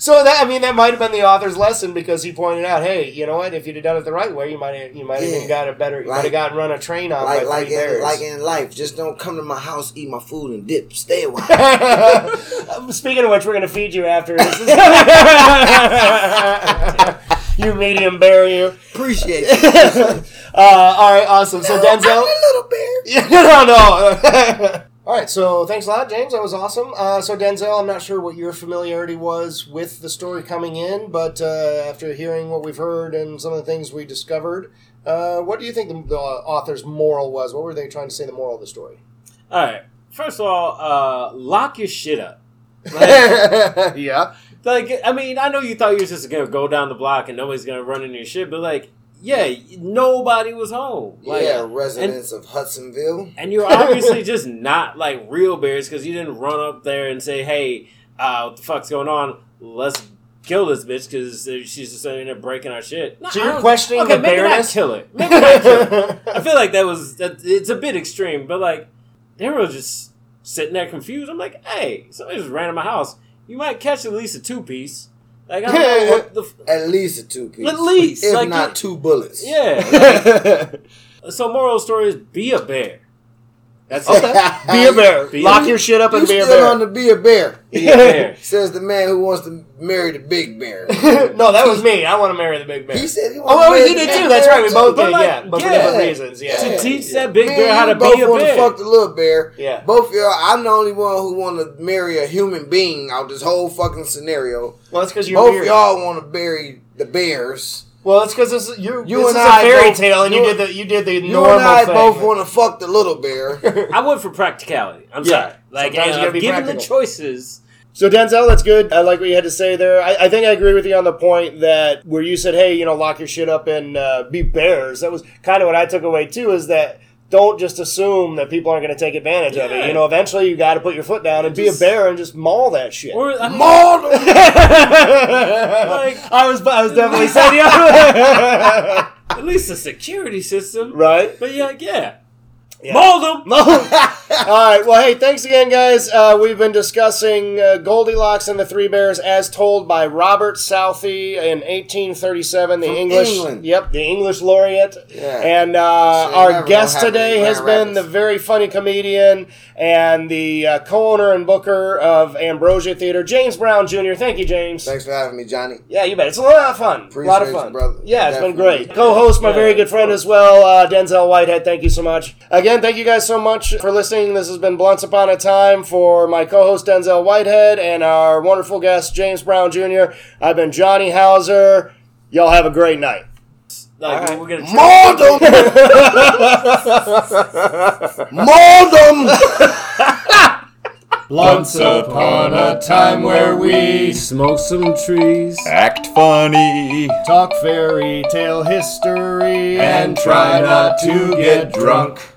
B: so that I mean that might have been the author's lesson because he pointed out, hey, you know what? If you'd have done it the right way, you might have you might have
E: Yeah.
B: even got a better, you might have
E: Like-
B: gotten run a train on
E: Like
B: by
E: like
B: three
E: in,
B: bears.
E: like in life, just don't come to my house, eat my food, and dip. Stay a while.
B: Speaking of which, we're gonna feed you after this. you medium bear, you.
E: Appreciate it.
B: Uh, all right, awesome. So
E: I'm
B: Denzel,
E: a little bear.
B: no, no. All right, so thanks a lot, James. That was awesome. Uh, so Denzel, I'm not sure what your familiarity was with the story coming in, but uh, after hearing what we've heard and some of the things we discovered, uh, what do you think the, the author's moral was? What were they trying to say? The moral of the story?
D: All right. First of all, uh, lock your shit up.
B: yeah.
D: Like, I mean, I know you thought you was just gonna go down the block and nobody's gonna run into your shit, but like, yeah, nobody was home. Like,
E: yeah, residents of Hudsonville.
D: And you're obviously just not like real bears because you didn't run up there and say, "Hey, uh, what the fuck's going on? Let's kill this bitch because she's just in there breaking our shit." No,
B: So
D: I
B: you're
D: don't-
B: questioning
D: okay,
B: the
D: maybe not
B: bearness?
D: kill her. Maybe not kill her. I feel like that was that, it's a bit extreme, but like they were just sitting there confused. I'm like, hey, somebody just ran in my house. You might catch at least a two piece. Like I don't know what the f-
E: At least a two piece.
D: At least,
E: if
D: like,
E: not
D: it-
E: two bullets.
D: yeah. so moral story is be a bear. That's it.
B: Be a bear.
D: Be a-
B: Lock your shit up
E: You
B: and be a
E: still
B: bear.
E: on the be a bear?
D: Be a bear.
E: Says the man who wants to marry the big bear.
B: no, that was me. I want to marry the big bear.
E: He said he
B: oh,
E: wants.
B: well,
E: to marry
B: he
E: the
B: did
E: big
B: too. That's
E: bear,
B: right. We
E: too.
B: both
D: But
B: did.
D: like,
B: yeah, but
D: yeah.
B: for different reasons.
D: To
B: Yeah.
D: teach that big
E: Me and
D: bear how
E: you
D: to be a
E: both wanna
D: bear.
E: Fuck the little bear.
B: Yeah.
E: Both y'all. I'm the only one who want to marry a human being out this whole fucking scenario.
B: Well, that's because you're
E: both
B: weird.
E: y'all want to bury the bears.
B: Well, it's because this is you.
E: You
B: this
E: and
B: is
E: I
B: a fairy
E: both-
B: tale, and you,
E: you-
B: did the you did the
E: You
B: normal
E: and I
B: thing.
E: both want to fuck the little bear.
D: I went for practicality. I'm
B: Yeah.
D: sorry. Like,
B: Sometimes you
D: and
B: gotta
D: I'm
B: be
D: given the
B: practical.
D: choices.
B: so Denzel, that's good. I like what you had to say there. I, I think I agree with you on the point that where you said, "Hey, you know, lock your shit up and uh, be bears." That was kind of what I took away too. Is that don't just assume that people aren't going to take advantage of it.
D: Yeah.
B: You know, eventually you got to put your foot down and be a
D: Just-
B: bear and just maul that shit.
D: Or I mean,
E: Maul them.
D: like
B: I was, I was definitely saying the other
D: at least the security system.
B: right.
D: But yeah, yeah.
B: Yeah.
D: Mauled him.
B: All right. Well, hey, thanks again, guys. Uh, we've been discussing uh, Goldilocks and the Three Bears as told by Robert Southey in 1837, the
E: From
B: English.
E: England.
B: Yep, the English laureate.
E: Yeah.
B: And uh,
E: So you never
B: our
E: know
B: guest
E: how many
B: today
E: Grand
B: has been
E: Rapids.
B: the very funny comedian and the uh, co owner and booker of Ambrosia Theater, James Brown Jr. Thank you, James.
E: Thanks for having me, Johnny.
B: Yeah, you bet. It's a lot of fun. a lot of
E: Appreciate
B: fun,
E: you, brother.
B: Yeah, it's
E: Definitely.
B: been great. Co-host, my
D: Yeah,
B: very good friend
D: cool.
B: as well, uh, Denzel Whitehead. Thank you so much again. Thank you guys so much for listening. This has been Blunts Upon a Time for my co-host Denzel Whitehead and our wonderful guest James Brown Jr. I've been Johnny Hauser. Y'all have a great night.
D: Like we're gonna.
E: Maul them. Maul them.
C: Once upon a time where we
D: Smoke some trees.
C: act funny
B: Talk fairy tale history
C: and try not to get drunk.